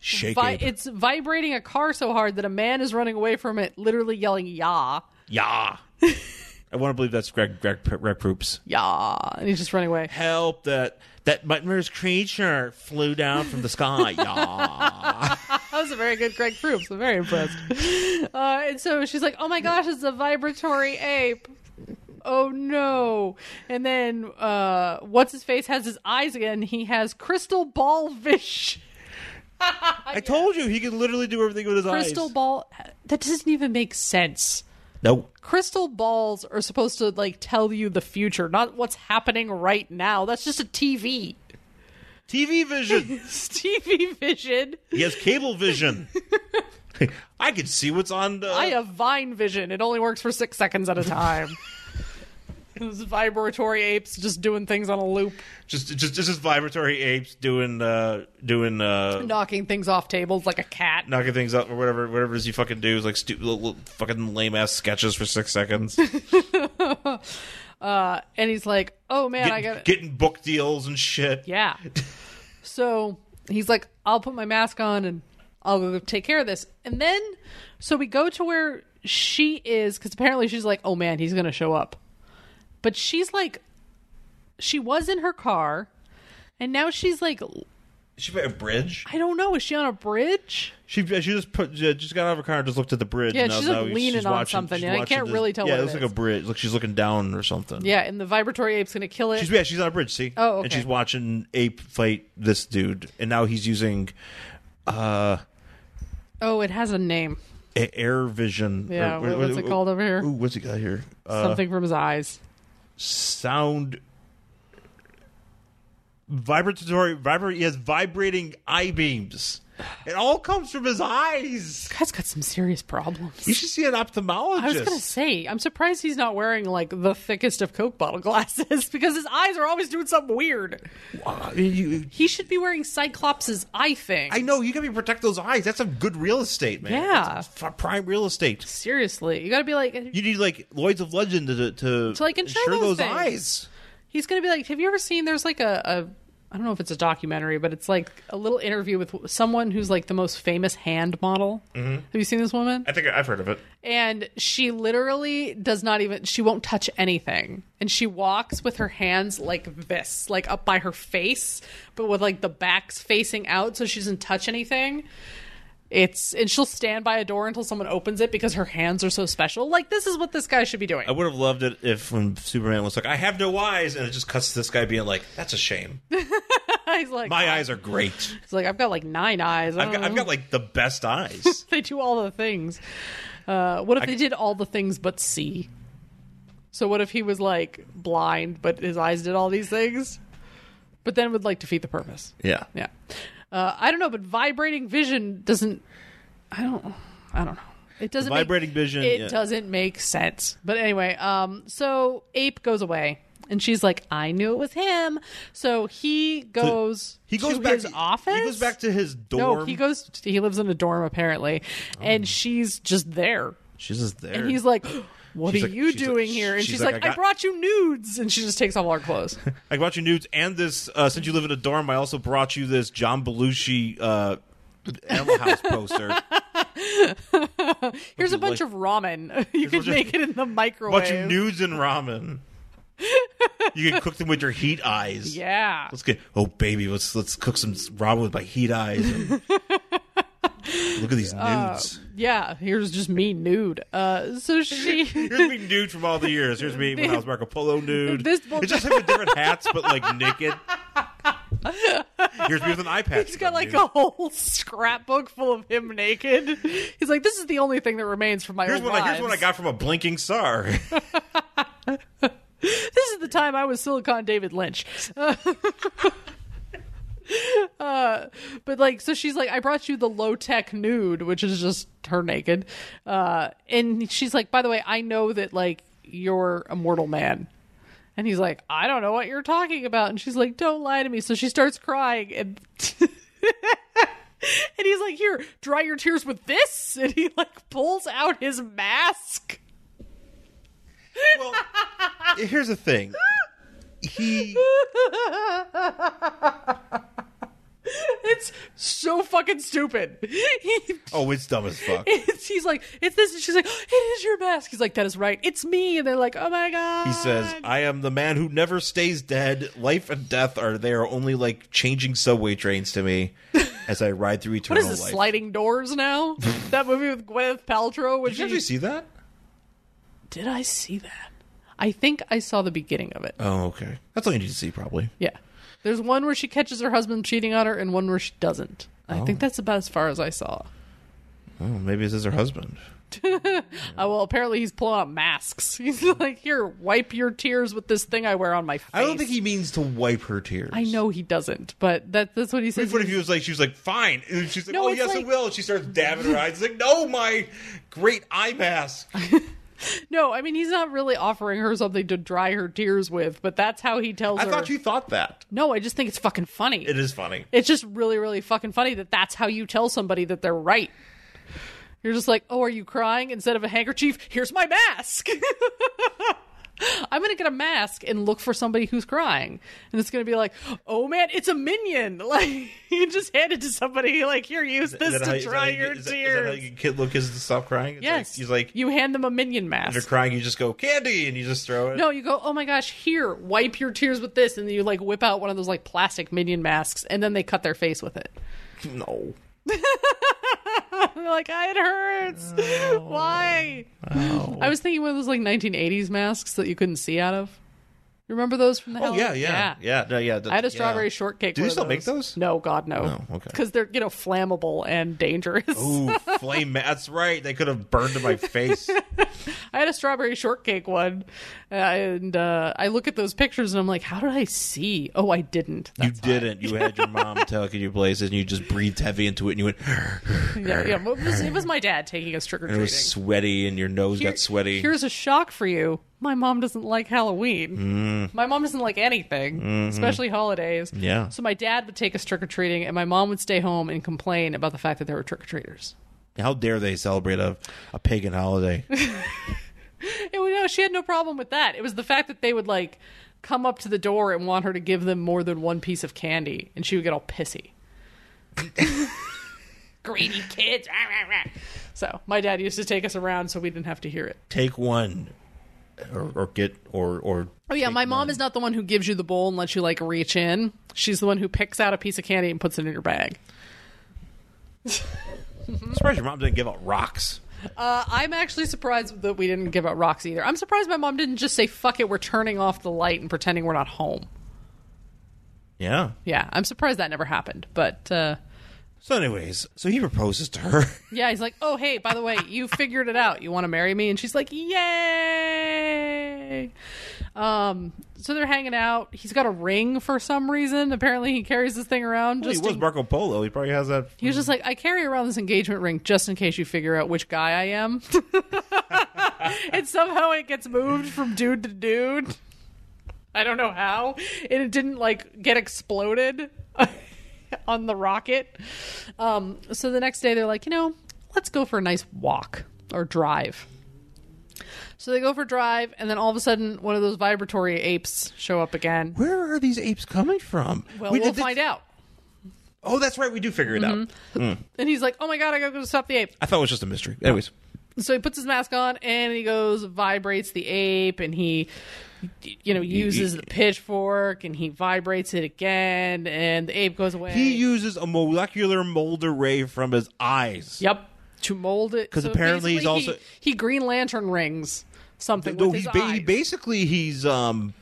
S2: Shake
S1: vi-
S2: it.
S1: it's vibrating a car so hard that a man is running away from it, literally yelling "Yah, *laughs*
S2: yeah. I want to believe that's Greg Greg, Greg Proops.
S1: Yah," and he's just running away.
S2: Help! That that nightmare's creature flew down from
S1: *laughs*
S2: the sky. Yeah.
S1: That was a very good Greg Proops. I'm very impressed. *laughs* Uh, and so she's like, "Oh my gosh, it's a vibratory ape." Oh no! And then uh, what's his face has his eyes again. He has crystal ball fish.
S2: I told you he could literally do everything with
S1: *laughs*
S2: his
S1: Crystal
S2: eyes.
S1: ball. That doesn't even make sense.
S2: Nope.
S1: Crystal balls are supposed to like tell you the future, not what's happening right now. That's just a TV.
S2: TV vision.
S1: *laughs* It's TV vision.
S2: He has cable vision. *laughs* I can see what's on the.
S1: I uh, have Vine vision. It only works for six seconds at a time. Those vibratory apes just doing things on a loop,
S2: just, just, just as vibratory apes doing, uh, doing, uh,
S1: knocking things off tables like a cat.
S2: knocking things up or whatever, whatever it is you fucking do is like stupid, little, little fucking lame ass sketches for
S1: *laughs*
S2: six seconds.
S1: Uh, and he's like, "Oh man, I
S2: Getting,
S1: got
S2: getting book deals and shit.
S1: *laughs* yeah." so he's like, "I'll put my mask on and I'll go take care of this." And then, so we go to where she is because apparently she's like, "Oh man, he's gonna show up," but she's like, she was in her car, and now she's like,
S2: She by a bridge.
S1: I don't know, is she on a bridge?
S2: She she just put yeah, just got out of her car and just looked at the bridge.
S1: Yeah,
S2: and
S1: she's,
S2: now-
S1: like,
S2: now
S1: leaning on
S2: watching-
S1: something,
S2: she's
S1: and I
S2: watching
S1: can't
S2: this-
S1: really tell
S2: Yeah,
S1: what
S2: it
S1: it
S2: looks
S1: is.
S2: like a bridge. Like she's looking down or something.
S1: Yeah, and the vibratory ape's gonna kill it.
S2: She's yeah, she's on a bridge. See,
S1: Oh,
S2: and
S1: okay.
S2: she's watching ape fight this dude, and now he's using uh
S1: oh, it has a name.
S2: a- air vision.
S1: Yeah, what- what's it called over here?
S2: Ooh, what's it got here? Uh,
S1: Something from his eyes.
S2: sound vibratory vibrate. He has vibrating eye beams. It all comes from his eyes.
S1: Guy's got some serious problems.
S2: You should see an ophthalmologist.
S1: I was gonna say, I'm surprised he's not wearing like the thickest of Coke bottle glasses *laughs* because his eyes are always doing something weird.
S2: Uh, you-
S1: He should be wearing Cyclops' eye thing.
S2: I know you got to protect those eyes. That's some good real estate, man.
S1: Yeah.
S2: That's f- prime real estate.
S1: Seriously, you gotta be like,
S2: You need like Lloyd's of Legend to to,
S1: To, like, insure
S2: those,
S1: those things.
S2: eyes.
S1: he's gonna be like, have you ever seen? There's like a, a, I don't know if it's a documentary, but it's like a little interview with someone who's like the most famous hand model.
S2: Mm-hmm.
S1: Have you seen this woman?
S2: I think I've heard of it.
S1: and she literally does not even she won't touch anything and she walks with her hands like this like up by her face but with like the backs facing out so she doesn't touch anything it's and she'll stand by a door until someone opens it because her hands are so special like this is what this guy should be doing
S2: I would have loved it if when Superman was like, "I have no eyes," and it just cuts to this guy being like, "That's a shame.
S1: *laughs* he's like
S2: My eyes are great.
S1: he's like i've got like nine eyes I
S2: I've got, I've got like the best eyes."
S1: *laughs* they do all the things uh, what if they did all the things but see so what if he was like blind but his eyes did all these things but then would like defeat the purpose
S2: *laughs* yeah.
S1: Yeah. Uh, I don't know, but vibrating vision doesn't. I don't. I don't know. It doesn't
S2: Vibrating
S1: make,
S2: vision,
S1: It
S2: yeah.
S1: doesn't make sense. But anyway, um, so ape goes away, and she's like, "I knew it was him." So he goes.
S2: He goes
S1: to
S2: back
S1: his office.
S2: He goes back to his dorm.
S1: No, he goes. He lives in a dorm apparently, and she's just there,
S2: She's just there. *gasps*
S1: and he's like, What
S2: She's
S1: are
S2: like-
S1: you
S2: she's like-
S1: doing here? And she's, like, I,
S2: got-
S1: brought you nudes. And she just takes off all her
S2: *laughs*
S1: clothes.
S2: I brought you nudes and this. Uh, since you live in a dorm, I also brought you this John Belushi uh, Animal
S1: *laughs*
S2: House poster.
S1: Here's a
S2: Would you
S1: bunch
S2: like-
S1: of ramen. *laughs* you
S2: bunch
S1: could
S2: of-
S1: make it in the microwave.
S2: bunch of nudes and ramen. You can cook them with your heat eyes.
S1: Yeah.
S2: Let's get. Oh baby, let's let's cook some ramen with my heat eyes.
S1: *laughs*
S2: and- look at these
S1: Uh,
S2: nudes.
S1: Yeah. Here's just me nude. Uh,
S2: *laughs*
S1: so *laughs* she.
S2: Here's me nude from all the years. Here's me when I was Marco Polo nude.
S1: This-
S2: it's just like with different hats, but like naked. Here's me with an eye patch.
S1: He's got like a whole scrapbook full of him naked. He's like, this is the only thing that remains from my
S2: Here's
S1: old
S2: what, I, here's what I
S1: lives.
S2: got from a blinking sar.
S1: This is the time I was Silicon David Lynch. *laughs* Uh, but like, so she's like, I brought you the low tech nude, which is just her naked. Uh, and she's like, by the way, I know that like you're a mortal man. And he's like, I don't know what you're talking about. And she's like, don't lie to me. So she starts crying and. *laughs* And he's like, "Here, dry your tears with this." And he like pulls out his mask.
S2: well, *laughs* here's the thing. He
S1: It's so fucking stupid. *laughs* He
S2: oh, it's dumb
S1: *laughs*
S2: as fuck.
S1: it's, he's like, it's this. And she's like, it is your mask. He's like, that is right. It's me. And they're like, oh my God.
S2: He says, I am the man who never stays dead. Life and death are they are only like changing subway trains to me as I ride through
S1: what
S2: eternal
S1: is this,
S2: life.
S1: Sliding Doors
S2: *laughs*
S1: now? that movie with Gwyneth Paltrow. Which
S2: Did you actually see that?
S1: Did I see that? I think I saw the beginning of it.
S2: Oh, okay. That's all you need to see, probably.
S1: Yeah. There's one where she catches her husband cheating on her and one where she doesn't. I think that's about as far as I saw.
S2: Oh, maybe this is her husband.
S1: Uh, well, apparently he's pulling out masks. *laughs* He's like, here, wipe your tears with this thing I wear on my face.
S2: I don't think he means to wipe her tears.
S1: I know he doesn't, but that, that's what he says.
S2: What if he was like, she was like, fine. And she's like,
S1: No,
S2: oh,
S1: it's
S2: yes,
S1: like-
S2: I will. And she starts dabbing her eyes. It's like, no, my great eye mask.
S1: No, I mean he's not really offering her something to dry her tears with, but that's how he tells
S2: I
S1: her.
S2: thought you thought that.
S1: no, I just think it's fucking funny.
S2: It is funny.
S1: it's just really, really fucking funny that that's how you tell somebody that they're right. You're just like, oh, are you crying? Instead of a handkerchief, here's my mask. *laughs* I'm gonna get a mask and look for somebody who's crying, and it's gonna be like, oh man, it's a minion. *laughs* Like you just hand it to somebody. Like here, use
S2: Is
S1: this
S2: that how-
S1: to
S2: is that
S1: dry
S2: how you
S1: your
S2: get- is that- is that how
S1: tears.
S2: you get kid little kids to stop crying? It's
S1: yes,
S2: Like, he's like,
S1: you hand them a minion mask.
S2: If you're crying, you just go candy, and you just throw it.
S1: No, you go, oh my gosh, here, wipe your tears with this. And then you like whip out one of those like plastic minion masks and then they cut their face with it.
S2: no.
S1: And they're like, it hurts. *laughs* Why? I was thinking one of those like 1980s masks that you couldn't see out of. You remember those from the
S2: Oh yeah, yeah, yeah, yeah. yeah that-
S1: I had a
S2: yeah.
S1: strawberry shortcake.
S2: Do they
S1: one of
S2: still make those?
S1: No, God, no.
S2: No, okay.
S1: Because they're, you know, flammable and dangerous.
S2: Ooh, flame. ma- That's right. They could have burned to my face.
S1: *laughs* I had a strawberry shortcake one. uh, And uh, I look at those pictures and I'm like, how did I see? Oh, I didn't.
S2: you didn't. You had
S1: *laughs*
S2: your mom tell you your places, and you just breathed heavy into it, and you went.
S1: Yeah, yeah. well, It was, it was my dad taking us trick or
S2: *laughs* And it
S1: treating.
S2: was sweaty, and your nose got sweaty.
S1: Here's a shock for you. My mom doesn't like Halloween. My mom doesn't like anything, especially holidays.
S2: Mm. Mm-hmm. Yeah.
S1: So my dad would take us trick or treating, and my mom would stay home and complain about the fact that there were trick or treaters.
S2: How dare they celebrate a, a
S1: *laughs*
S2: pagan holiday?
S1: It was, no, she had no problem with that. It was the fact that they would like come up to the door and want her to give them more than one piece of candy, and she would get all
S2: *laughs*
S1: pissy. Greedy kids. *laughs* so my dad used to take us around so we didn't have to hear it.
S2: Take one, or, or get, or or
S1: Oh yeah, my mom is not the one who gives you the bowl and lets you like reach in. She's the one who picks out a piece of candy and puts it in your bag.
S2: I'm surprised your mom didn't give out rocks.
S1: Uh, I'm actually surprised that we didn't give out rocks either. I'm surprised my mom didn't just say "fuck it," we're turning off the light and pretending we're not home.
S2: Yeah.
S1: Yeah, I'm surprised that never happened. But uh,
S2: So, anyways, so he proposes to her. *laughs*
S1: yeah, he's like, "Oh hey, by the way, you figured it out. You want to marry me?" And she's like, "Yay!" Um, so they're hanging out. He's got a ring for some reason. Apparently, he carries this thing around.
S2: he
S1: just
S2: was
S1: in-
S2: Marco Polo. He probably has that
S1: He was just like, I carry around this engagement ring just in case you figure out which guy I am. *laughs* and somehow it gets moved from dude to dude. I don't know how. And it didn't like get exploded *laughs* on the rocket. Um, so the next day they're like, you know, let's go for a nice walk or drive. So they go for a drive, and then all of a sudden, one of those vibratory apes show up again.
S2: Where are these apes coming from?
S1: Well,
S2: We
S1: we'll
S2: did this-
S1: find out. Mm-hmm.
S2: Oh, that's right. We do figure it out.
S1: And he's like, "Oh my god, I gotta go stop the ape."
S2: I thought it was just a mystery. Anyways,
S1: so he puts his mask on and he goes vibrates the ape and he you know uses the pitchfork and he vibrates it again and the ape goes away
S2: he uses a molecular mold array from his eyes.
S1: yep to mold it
S2: 'Cause apparently he's
S1: basically
S2: also-
S1: he, he green lantern rings something
S2: No,
S1: with
S2: he's
S1: his
S2: ba-
S1: eyes.
S2: basically he's um,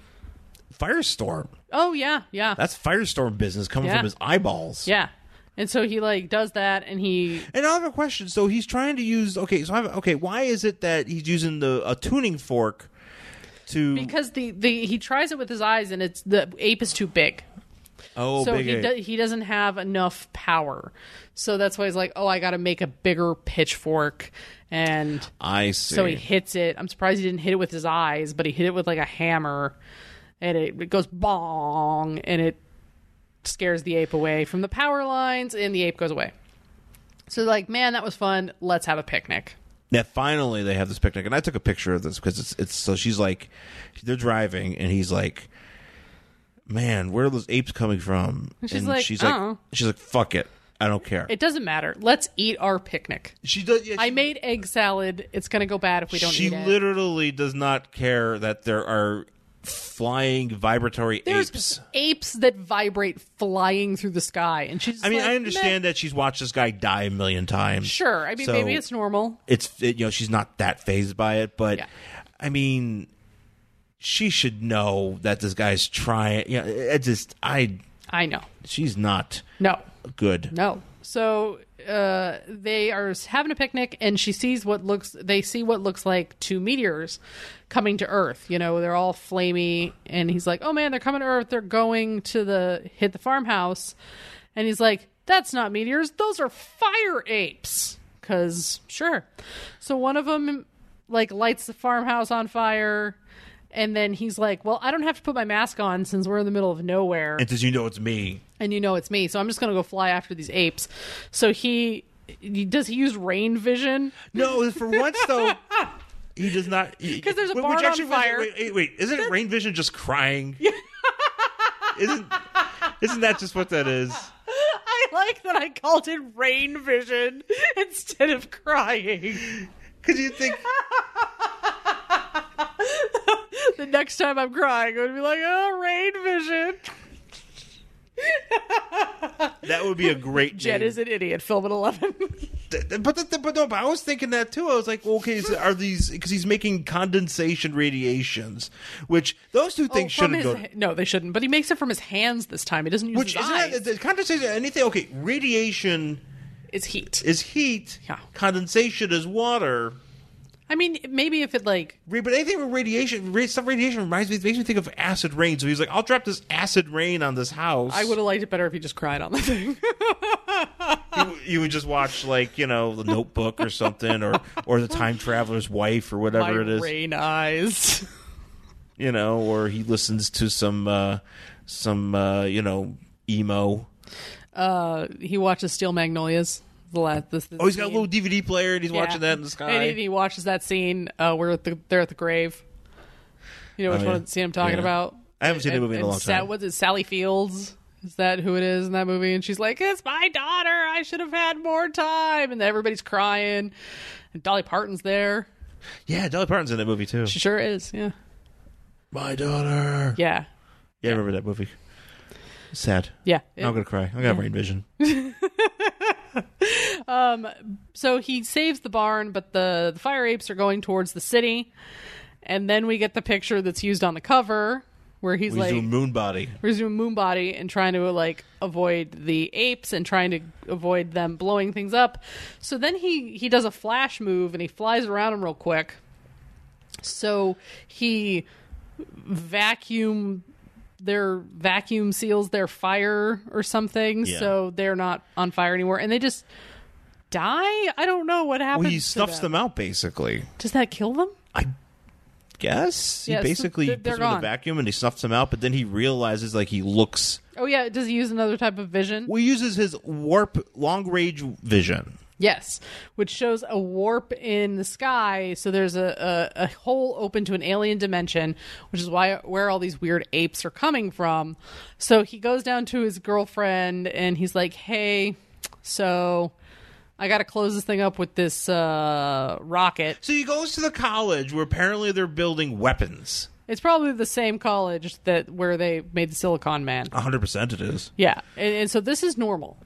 S2: Firestorm.
S1: oh yeah yeah
S2: That's Firestorm business coming
S1: Yeah.
S2: from his eyeballs.
S1: yeah and so he like does that and he
S2: And I have a question. So he's trying to use okay. So I have, okay, why is it that he's using the a tuning fork to
S1: because the, the he tries it with his eyes and it's the ape is too big
S2: oh
S1: so
S2: big
S1: he,
S2: ape.
S1: do- he doesn't have enough power so that's why he's like oh i gotta make a bigger pitchfork and
S2: I see.
S1: so he hits it i'm surprised he didn't hit it with his eyes but he hit it with like a hammer and it, it goes bong and it scares the ape away from the power lines and the ape goes away so like man that was fun let's have a picnic
S2: Yeah, finally they have this picnic, and I took a picture of this because it's it's so she's like, they're driving, and he's like, man, where are those apes coming from? And
S1: she's like,
S2: she's
S1: "Oh."
S2: like, she's like, fuck it, I don't care.
S1: it doesn't matter let's eat our picnic
S2: she does. Yeah,
S1: i
S2: she-
S1: made egg salad it's gonna go bad if we don't
S2: she
S1: eat it
S2: literally does not care that there are flying vibratory
S1: There's
S2: apes.
S1: apes that vibrate flying through the sky, and she's.
S2: I mean,
S1: like,
S2: I understand
S1: meh.
S2: that she's watched this guy die a million times.
S1: Sure, I mean
S2: So
S1: maybe it's normal.
S2: it's it, you know she's not that phased by it, but
S1: Yeah.
S2: I mean, she should know that this guy's trying. You know, it just I
S1: I know.
S2: she's not
S1: No,
S2: good.
S1: no. So uh, they are having a picnic, and she sees what looks. They see what looks like two meteors coming to Earth. You know, they're all flamey, and he's like, "Oh man, they're coming to Earth. They're going to the hit the farmhouse," and he's like, "That's not meteors. Those are fire apes." Cause sure. So one of them like lights the farmhouse on fire. And then he's like, "Well, I don't have to put my mask on since we're in the middle of nowhere."
S2: And says, "You know it's me."
S1: and you know it's me, so I'm just gonna go fly after these apes. So he does he use rain vision?
S2: No, for once though. He does not because
S1: there's a barn on fire.
S2: Wait, wait, wait, isn't Rain Vision just crying? isn't isn't that just what that is?
S1: *laughs* I like that I called it rain vision instead of crying.
S2: Because you think
S1: The next time I'm crying, I'm gonna be like, oh, rain vision.
S2: that would be a great
S1: Jed
S2: name.
S1: is an idiot. Film at eleven.
S2: Th- th- but th- but no, but I was thinking that too. I was like, well, okay, so are these because he's making condensation radiations, which those two things
S1: *laughs* Oh, from
S2: shouldn't
S1: his,
S2: go.
S1: no, they shouldn't. But he makes it from his hands this time. He doesn't use
S2: Which
S1: his
S2: isn't
S1: eyes.
S2: that, the condensation anything? Okay, radiation
S1: it's heat.
S2: is heat.
S1: Yeah.
S2: Condensation is water.
S1: I mean, maybe if it like
S2: Ra- But anything with radiation, ra- some radiation reminds me, makes me think of acid rain. So he's like, I'll drop this acid rain on this house.
S1: I would have liked it better if he just cried on the thing.
S2: You, you would just watch like you know the Notebook or something, or or the Time Traveler's Wife or
S1: *laughs*
S2: whatever
S1: My
S2: it is.
S1: rain eyes. *laughs*
S2: you know, or he listens to some uh some uh you know emo.
S1: uh, he watches Steel Magnolias. The last, this, this
S2: Oh, he's got a
S1: scene.
S2: little DVD player and he's watching
S1: Yeah.
S2: that in the
S1: And
S2: sky.
S1: he, he watches that scene uh, where the, they're at the grave. You know which
S2: Oh,
S1: one
S2: yeah.
S1: scene I'm talking
S2: Yeah.
S1: about?
S2: I haven't seen that
S1: And-
S2: movie in a
S1: and
S2: long
S1: Sa-
S2: time.
S1: what's it? Sally Fields. Is that who it is in that movie? And she's like, "It's my daughter. I should have had more time." And everybody's crying. And Dolly Parton's there.
S2: yeah, Dolly Parton's in that movie too.
S1: She sure is. Yeah.
S2: My daughter. Yeah,
S1: Yeah.
S2: I remember that movie. Sad.
S1: Yeah.
S2: Now I'm gonna cry. I got
S1: *laughs*
S2: rain vision.
S1: so he saves the barn, but the, the fire apes are going towards the city. And then we get the picture that's used on the cover where he's
S2: He's
S1: like
S2: doing moon body.
S1: we're doing moon body and trying to like avoid the apes and trying to avoid them blowing things up. So then he he does a flash move and he flies around him real quick. So he vacuum their vacuum seals their fire or something
S2: Yeah.
S1: so they're not on fire anymore and they just die i don't know what happens
S2: Well, he
S1: to
S2: snuffs them. out basically.
S1: does that kill them
S2: I guess he
S1: Yeah, so
S2: basically
S1: they're-
S2: puts
S1: they're
S2: them in
S1: gone.
S2: the vacuum and he snuffs them out, but then he realizes like he looks.
S1: oh yeah does he use another type of vision
S2: Well, he uses his warp long range vision.
S1: Yes, which shows a warp in the sky. So there's a, a, a hole open to an alien dimension, which is why where all these weird apes are coming from. So he goes down to his girlfriend and he's like, "Hey, so I got to close this thing up with this uh, rocket.
S2: So he goes to the college where apparently they're building weapons.
S1: It's probably the same college that where they made the Silicon Man.
S2: 100% it is.
S1: Yeah, and, and so this is normal."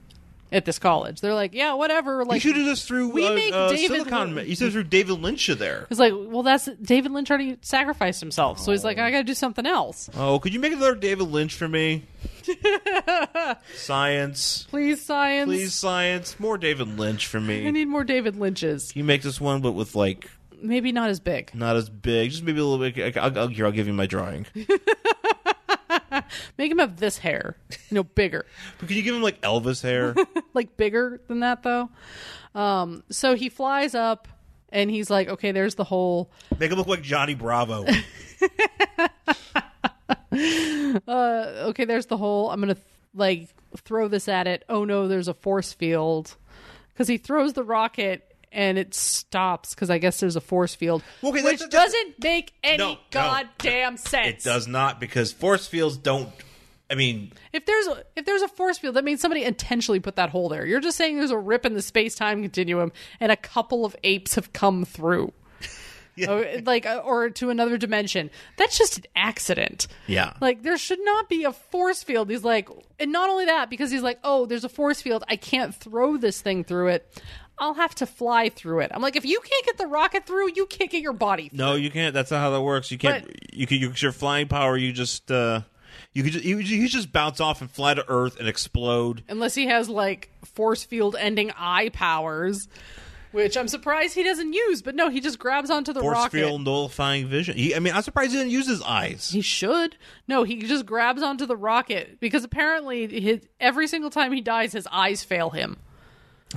S1: At this college, they're like, yeah, whatever. Like,
S2: you should have just through
S1: We
S2: uh,
S1: make
S2: uh,
S1: David
S2: Silicon.
S1: Lin-
S2: You should have threw David Lynch there.
S1: It's like, well, that's David Lynch already sacrificed himself, so he's like, I got to do something else.
S2: *laughs* Oh, could you make another David Lynch
S1: *laughs*
S2: for me? science,
S1: Please, science.
S2: please, science. More David Lynch for
S1: I
S2: me.
S1: need more David Lynches.
S2: He makes this one, but with like
S1: Maybe not as big.
S2: not as big, just maybe a little bit. I'll, I'll, here, I'll give you my drawing.
S1: Make him have this hair, you know, bigger,
S2: But can you give him like Elvis hair?
S1: like bigger than that though. Um, so he flies up, and he's like, okay, there's the hole.
S2: *laughs* Make him look like Johnny Bravo.
S1: okay, there's the hole. I'm gonna th- like throw this at it. Oh no, there's a force field because he throws the rocket and it stops because I guess there's a force field,
S2: Well, okay, that-
S1: which
S2: that- that-
S1: doesn't make any
S2: No, no.
S1: goddamn
S2: It
S1: sense.
S2: does not because force fields don't. I mean,
S1: If there's a, if there's a force field, that means somebody intentionally put that hole there. You're just saying there's a rip in the space time continuum and a couple of apes have come through. Or, like uh, or to another dimension. That's just an accident.
S2: Yeah.
S1: Like there should not be a force field. He's like and not only that because he's like, "Oh, there's a force field. I can't throw this thing through it. I'll have to fly through it." I'm like, "If you can't get the rocket through, you can't get your body."
S2: no, you can't. That's not how that works. You can't. you can. You, your flying power. You just. uh You could. Just, you, you just bounce off and fly to Earth and explode.
S1: Unless he has like force field ending eye powers, which I'm surprised he doesn't use, but no, he just grabs onto the
S2: Force
S1: rocket.
S2: field nullifying vision. He, I mean, I'm surprised he didn't use his eyes.
S1: He should. No, he just grabs onto the rocket because apparently his, every single time he dies, his eyes fail him.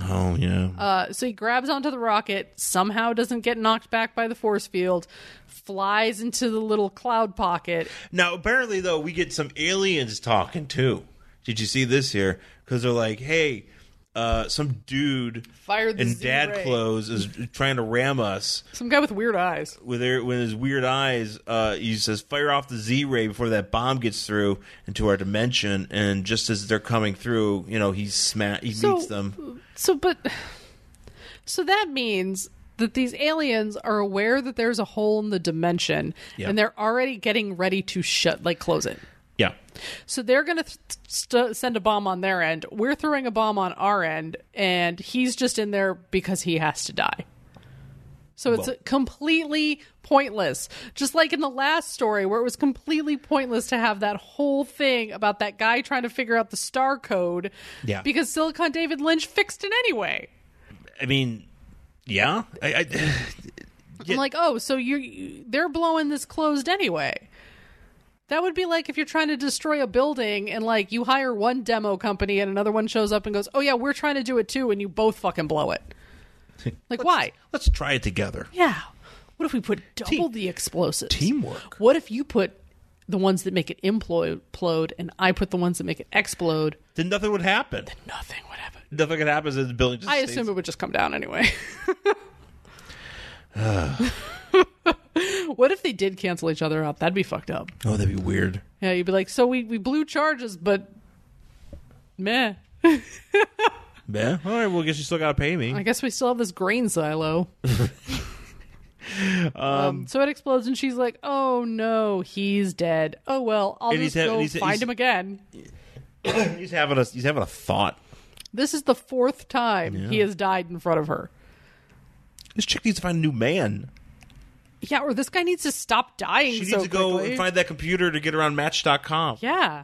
S2: Oh yeah.
S1: Uh, so he grabs onto the rocket, somehow doesn't get knocked back by the force field, flies into the little cloud pocket.
S2: now apparently though, we get some aliens talking too. Did you see this here? Because they're like, hey. Uh, some dude
S1: Fired the
S2: in dad
S1: Z-ray.
S2: clothes is trying to ram us.
S1: Some guy with weird eyes.
S2: with their, with his weird eyes, uh, he says, "Fire off the Z ray before that bomb gets through into our dimension." And just as they're coming through, you know, he sma- he
S1: So-
S2: meets them.
S1: So, but so that means that these aliens are aware that there's a hole in the dimension,
S2: Yeah.
S1: and they're already getting ready to shut, like close it.
S2: Yeah,
S1: So they're going to th- st- send a bomb on their end. We're throwing a bomb on our end, and he's just in there because he has to die. So it's
S2: Well-
S1: completely pointless. Just like in the last story, where it was completely pointless to have that whole thing about that guy trying to figure out the star code.
S2: Yeah.
S1: Because Silicon David Lynch fixed it anyway.
S2: I mean, yeah, I, I,
S1: I'm like, oh, so you- you they're blowing this closed anyway. That would be like if you're trying to destroy a building and like you hire one demo company and another one shows up and goes, "Oh yeah, we're trying to do it too," and you both fucking blow it. Like why?
S2: let's try it together.
S1: Yeah. What if we put double the explosives?
S2: Teamwork.
S1: What if you put the ones that make it implo- implode and I put the ones that make it explode?
S2: Then nothing would happen.
S1: Nothing would happen.
S2: Nothing could happen. and The building just
S1: I
S2: stays-
S1: assume it would just come down
S2: *sighs*
S1: anyway. what if they did cancel each other out? That'd be fucked up.
S2: Oh, that'd be weird.
S1: Yeah, you'd be like, so we, we blew charges, but meh.
S2: Yeah. All right. Well, I guess you still gotta pay me.
S1: I guess we still have this grain
S2: *laughs*
S1: silo. um, so it explodes, and she's like, "Oh no, he's dead. Oh well, I'll
S2: And he's
S1: just go
S2: ha- and he's-
S1: find
S2: he's-
S1: him again."
S2: he's having a he's having a thought.
S1: This is the fourth time he
S2: Yeah.
S1: has died in front of her.
S2: This chick needs to find a new man.
S1: Yeah, or this guy needs to stop dying.
S2: She needs
S1: so
S2: to go
S1: quickly.
S2: and find that computer to get her on Match.com.
S1: Yeah.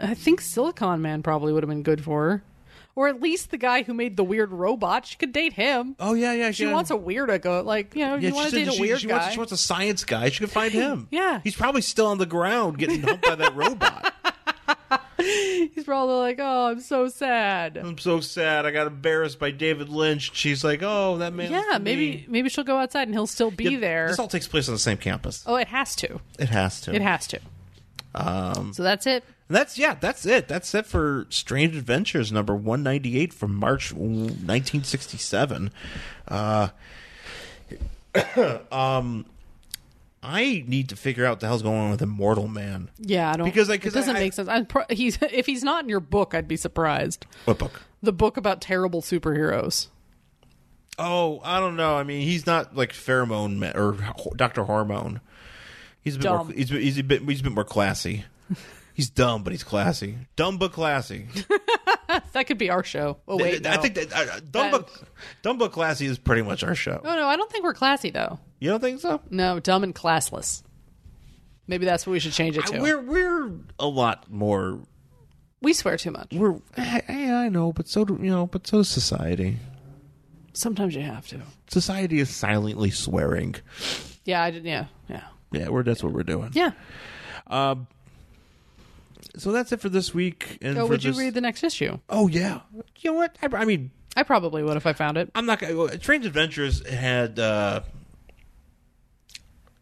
S1: I think Silicon Man probably would have been good for her. Or at least the guy who made the weird robot. She could date him.
S2: Oh yeah, yeah.
S1: She wants a weirdo. Go like, you know,
S2: Yeah,
S1: you want
S2: she
S1: to
S2: said
S1: date a
S2: she,
S1: weird
S2: she
S1: guy.
S2: Wants, she wants a science guy. She could *laughs* find him.
S1: Yeah.
S2: he's probably still on the ground getting humped by that robot.
S1: He's probably like, oh, I'm so sad.
S2: *laughs* I'm so sad. I got embarrassed by David Lynch. She's like, oh, that man.
S1: Yeah, maybe maybe she'll go outside and he'll still be there.
S2: This all takes place on the same campus.
S1: oh, it has to.
S2: Oh. It has to.
S1: It has to.
S2: Um,
S1: So that's it.
S2: and that's yeah, that's it. That's it for Strange Adventures number one ninety eight from March nineteen sixty seven. Uh, *coughs* um, I need to figure out what the hell's going on with Immortal Man.
S1: Yeah, I don't
S2: Because, like,
S1: it
S2: 'cause
S1: doesn't
S2: I-
S1: make sense. I'm pro- he's *laughs* if he's not in your book, I'd be surprised.
S2: What book?
S1: The book about terrible superheroes.
S2: Oh, I don't know. I mean, he's not like pheromone ma- or Doctor Hormone. He's a bit more,
S1: Dumb.
S2: he's he's a bit he's a bit more *laughs* classy. he's dumb, but he's classy. Dumb but classy.
S1: That could be our show. Oh
S2: Th-
S1: wait,
S2: th-
S1: no.
S2: I think that uh, uh,
S1: That-
S2: dumb but dumb but classy is pretty much our show.
S1: Oh, No, no, I don't think we're classy though.
S2: You don't think so?
S1: No, dumb and classless. Maybe that's what we should change it to.
S2: We're we're a lot more.
S1: we swear too much.
S2: We're I, I I know, but so do you know, but so does society.
S1: Sometimes you have to.
S2: Society is silently swearing.
S1: Yeah, I did. Yeah, yeah,
S2: Yeah, we're that's what we're doing.
S1: yeah.
S2: So that's it for this week. And
S1: So
S2: for
S1: would you
S2: this-
S1: read the next issue?
S2: Oh yeah. You know what? I, I mean,
S1: I probably would if I found it.
S2: I'm not gonna. well, Strange Adventures had uh,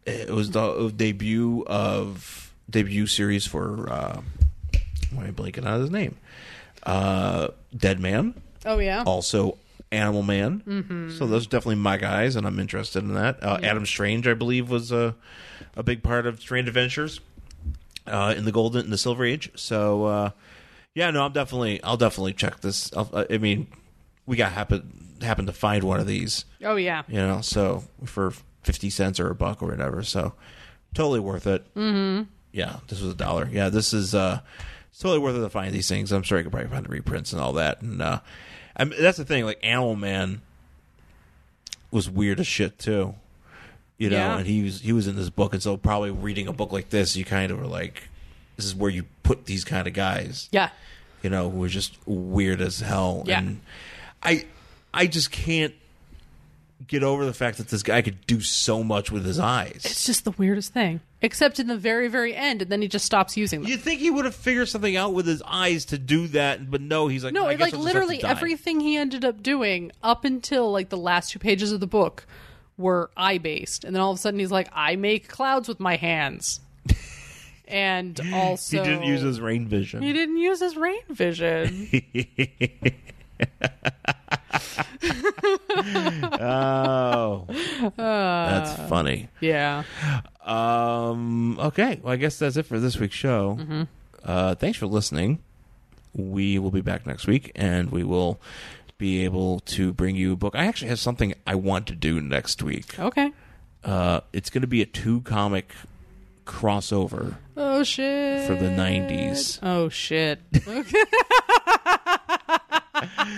S2: it was the debut of debut series for uh, why am I blanking on his name? Uh, Dead Man,
S1: Oh yeah.
S2: also Animal Man. Mm-hmm. So those are definitely my guys, and I'm interested in that. Uh, Adam Strange, I believe, was a a big part of Strange Adventures uh, in the Golden in the Silver Age. So uh, yeah, no, I'm definitely I'll definitely check this. I'll, I mean, we got happen happen to find one of these,
S1: Oh yeah.
S2: you know, so for fifty cents or a buck or whatever. So totally worth it. Mm-hmm. Yeah, this was a dollar. Yeah, this is uh, it's totally worth it to find these things. I'm sure I could probably find the reprints and all that. And uh, I mean, that's the thing. Like Animal Man was weird as shit too. You know,
S1: Yeah.
S2: and he was he was in this book, and so probably reading a book like this, you kind of were like, "This is where you put these kind of guys."
S1: Yeah.
S2: you know, who was just weird as hell.
S1: Yeah.
S2: And I I just can't get over the fact that this guy could do so much with his eyes.
S1: It's just the weirdest thing. Except in the very, very end, and then he just stops using them.
S2: You'd think he would have figured something out with his eyes to do that, but no, he's like,
S1: no,
S2: I
S1: it,
S2: guess
S1: like
S2: I'll just have to
S1: literally
S2: die."
S1: everything he ended up doing up until like the last two pages of the book were eye based, and then all of a sudden he's like, "I make clouds with my *laughs* hands," and
S2: He
S1: also
S2: didn't use his rain vision.
S1: He didn't use his rain
S2: *laughs*
S1: vision. *laughs*
S2: Oh,
S1: Uh.
S2: that's funny.
S1: yeah.
S2: Um. Okay. Well, I guess that's it for this week's show. Uh, thanks for listening. We will be back next week, and we will be able to bring you a book. I actually have something I want to do next week.
S1: Okay.
S2: Uh, it's going to be a two comic crossover
S1: Oh shit.
S2: for the '90s.
S1: Oh
S2: *laughs*
S1: shit. *laughs*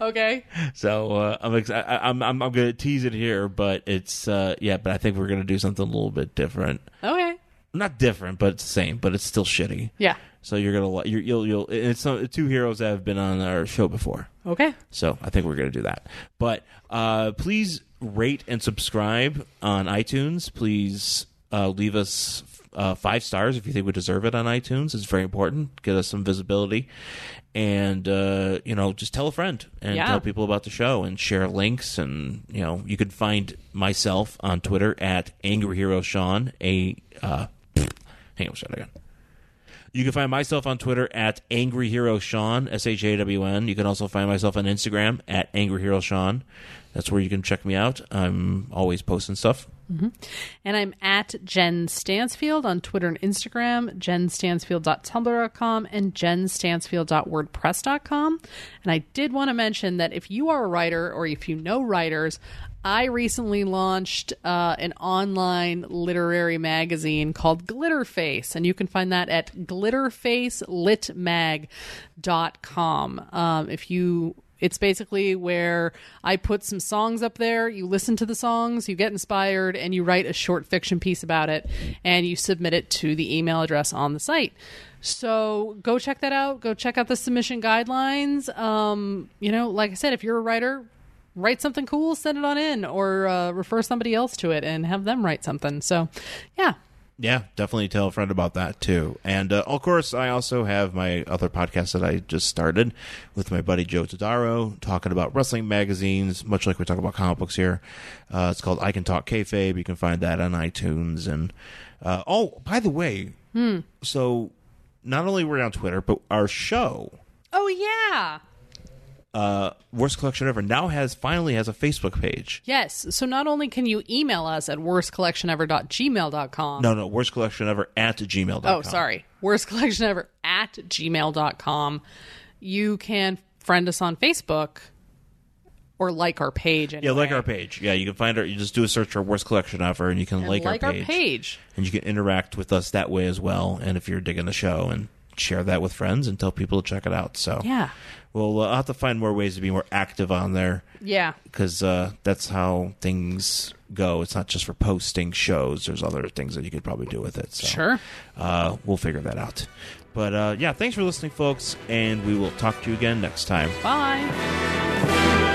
S1: okay.
S2: So uh, I'm, ex- I, I- I'm I'm I'm going to tease it here, but it's uh, yeah. But I think we're going to do something a little bit different.
S1: Okay.
S2: Not different, but it's the same. But it's still shitty.
S1: Yeah.
S2: So you're gonna li- you're, you'll you'll it's some, two heroes that have been on our show before.
S1: Okay.
S2: So I think we're going to do that. But uh, please rate and subscribe on iTunes. Please uh, leave us uh, five stars if you think we deserve it on iTunes. It's very important. Get us some visibility. And, uh, you know, just tell a friend and
S1: Yeah.
S2: tell people about the show and share links. And, you know, you can find myself on Twitter at Angry Hero Sean. A, uh, *sniffs* hang on, shut again. You can find myself on Twitter at Angry Hero Sean, S H A W N. You can also find myself on Instagram at Angry Hero Sean. That's where you can check me out. I'm always posting stuff.
S1: And I'm at Jen Stansfield on Twitter and Instagram, jenstansfield.tumblr.com, and jenstansfield.wordpress.com. And I did want to mention that if you are a writer or if you know writers, I recently launched uh, an online literary magazine called Glitterface, and you can find that at glitterfacelitmag.com. Um, if you it's basically where I put some songs up there. You listen to the songs, you get inspired, and you write a short fiction piece about it, and you submit it to the email address on the site. So go check that out. Go check out the submission guidelines. Um, you know, like I said, if you're a writer, write something cool, send it on in, or uh, refer somebody else to it and have them write something. So, yeah.
S2: Yeah, definitely tell a friend about that too. And uh, of course, I also have my other podcast that I just started with my buddy Joe Todaro, talking about wrestling magazines, much like we talk about comic books here. Uh, it's called I Can Talk Kayfabe. You can find that on iTunes. And uh, oh, by the way,
S1: Hmm.
S2: So not only we're on Twitter, but our show,
S1: Oh yeah.
S2: uh, Worst Collection Ever, now has finally has a Facebook page.
S1: Yes. So not only can you email us at worstcollectionever.gmail.com.
S2: No, no, Worst Collection Ever at gmail.com.
S1: Oh, sorry. Worst collection ever at gmail.com. You can friend us on Facebook or like our page. Anyway.
S2: Yeah, like our page. Yeah, you can find our. You just do a search for Worst Collection Ever, and you can
S1: And
S2: like, our, page, and you can interact with us that way as well. And if you're digging the show, and share that with friends and tell people to check it out. So
S1: Yeah.
S2: we'll uh, I'll have to find more ways to be more active on there.
S1: Yeah.
S2: because uh, that's how things go. It's not just for posting shows. There's other things that you could probably do with it. So,
S1: Sure.
S2: uh, we'll figure that out. But uh, yeah, thanks for listening, folks, and we will talk to you again next time.
S1: Bye.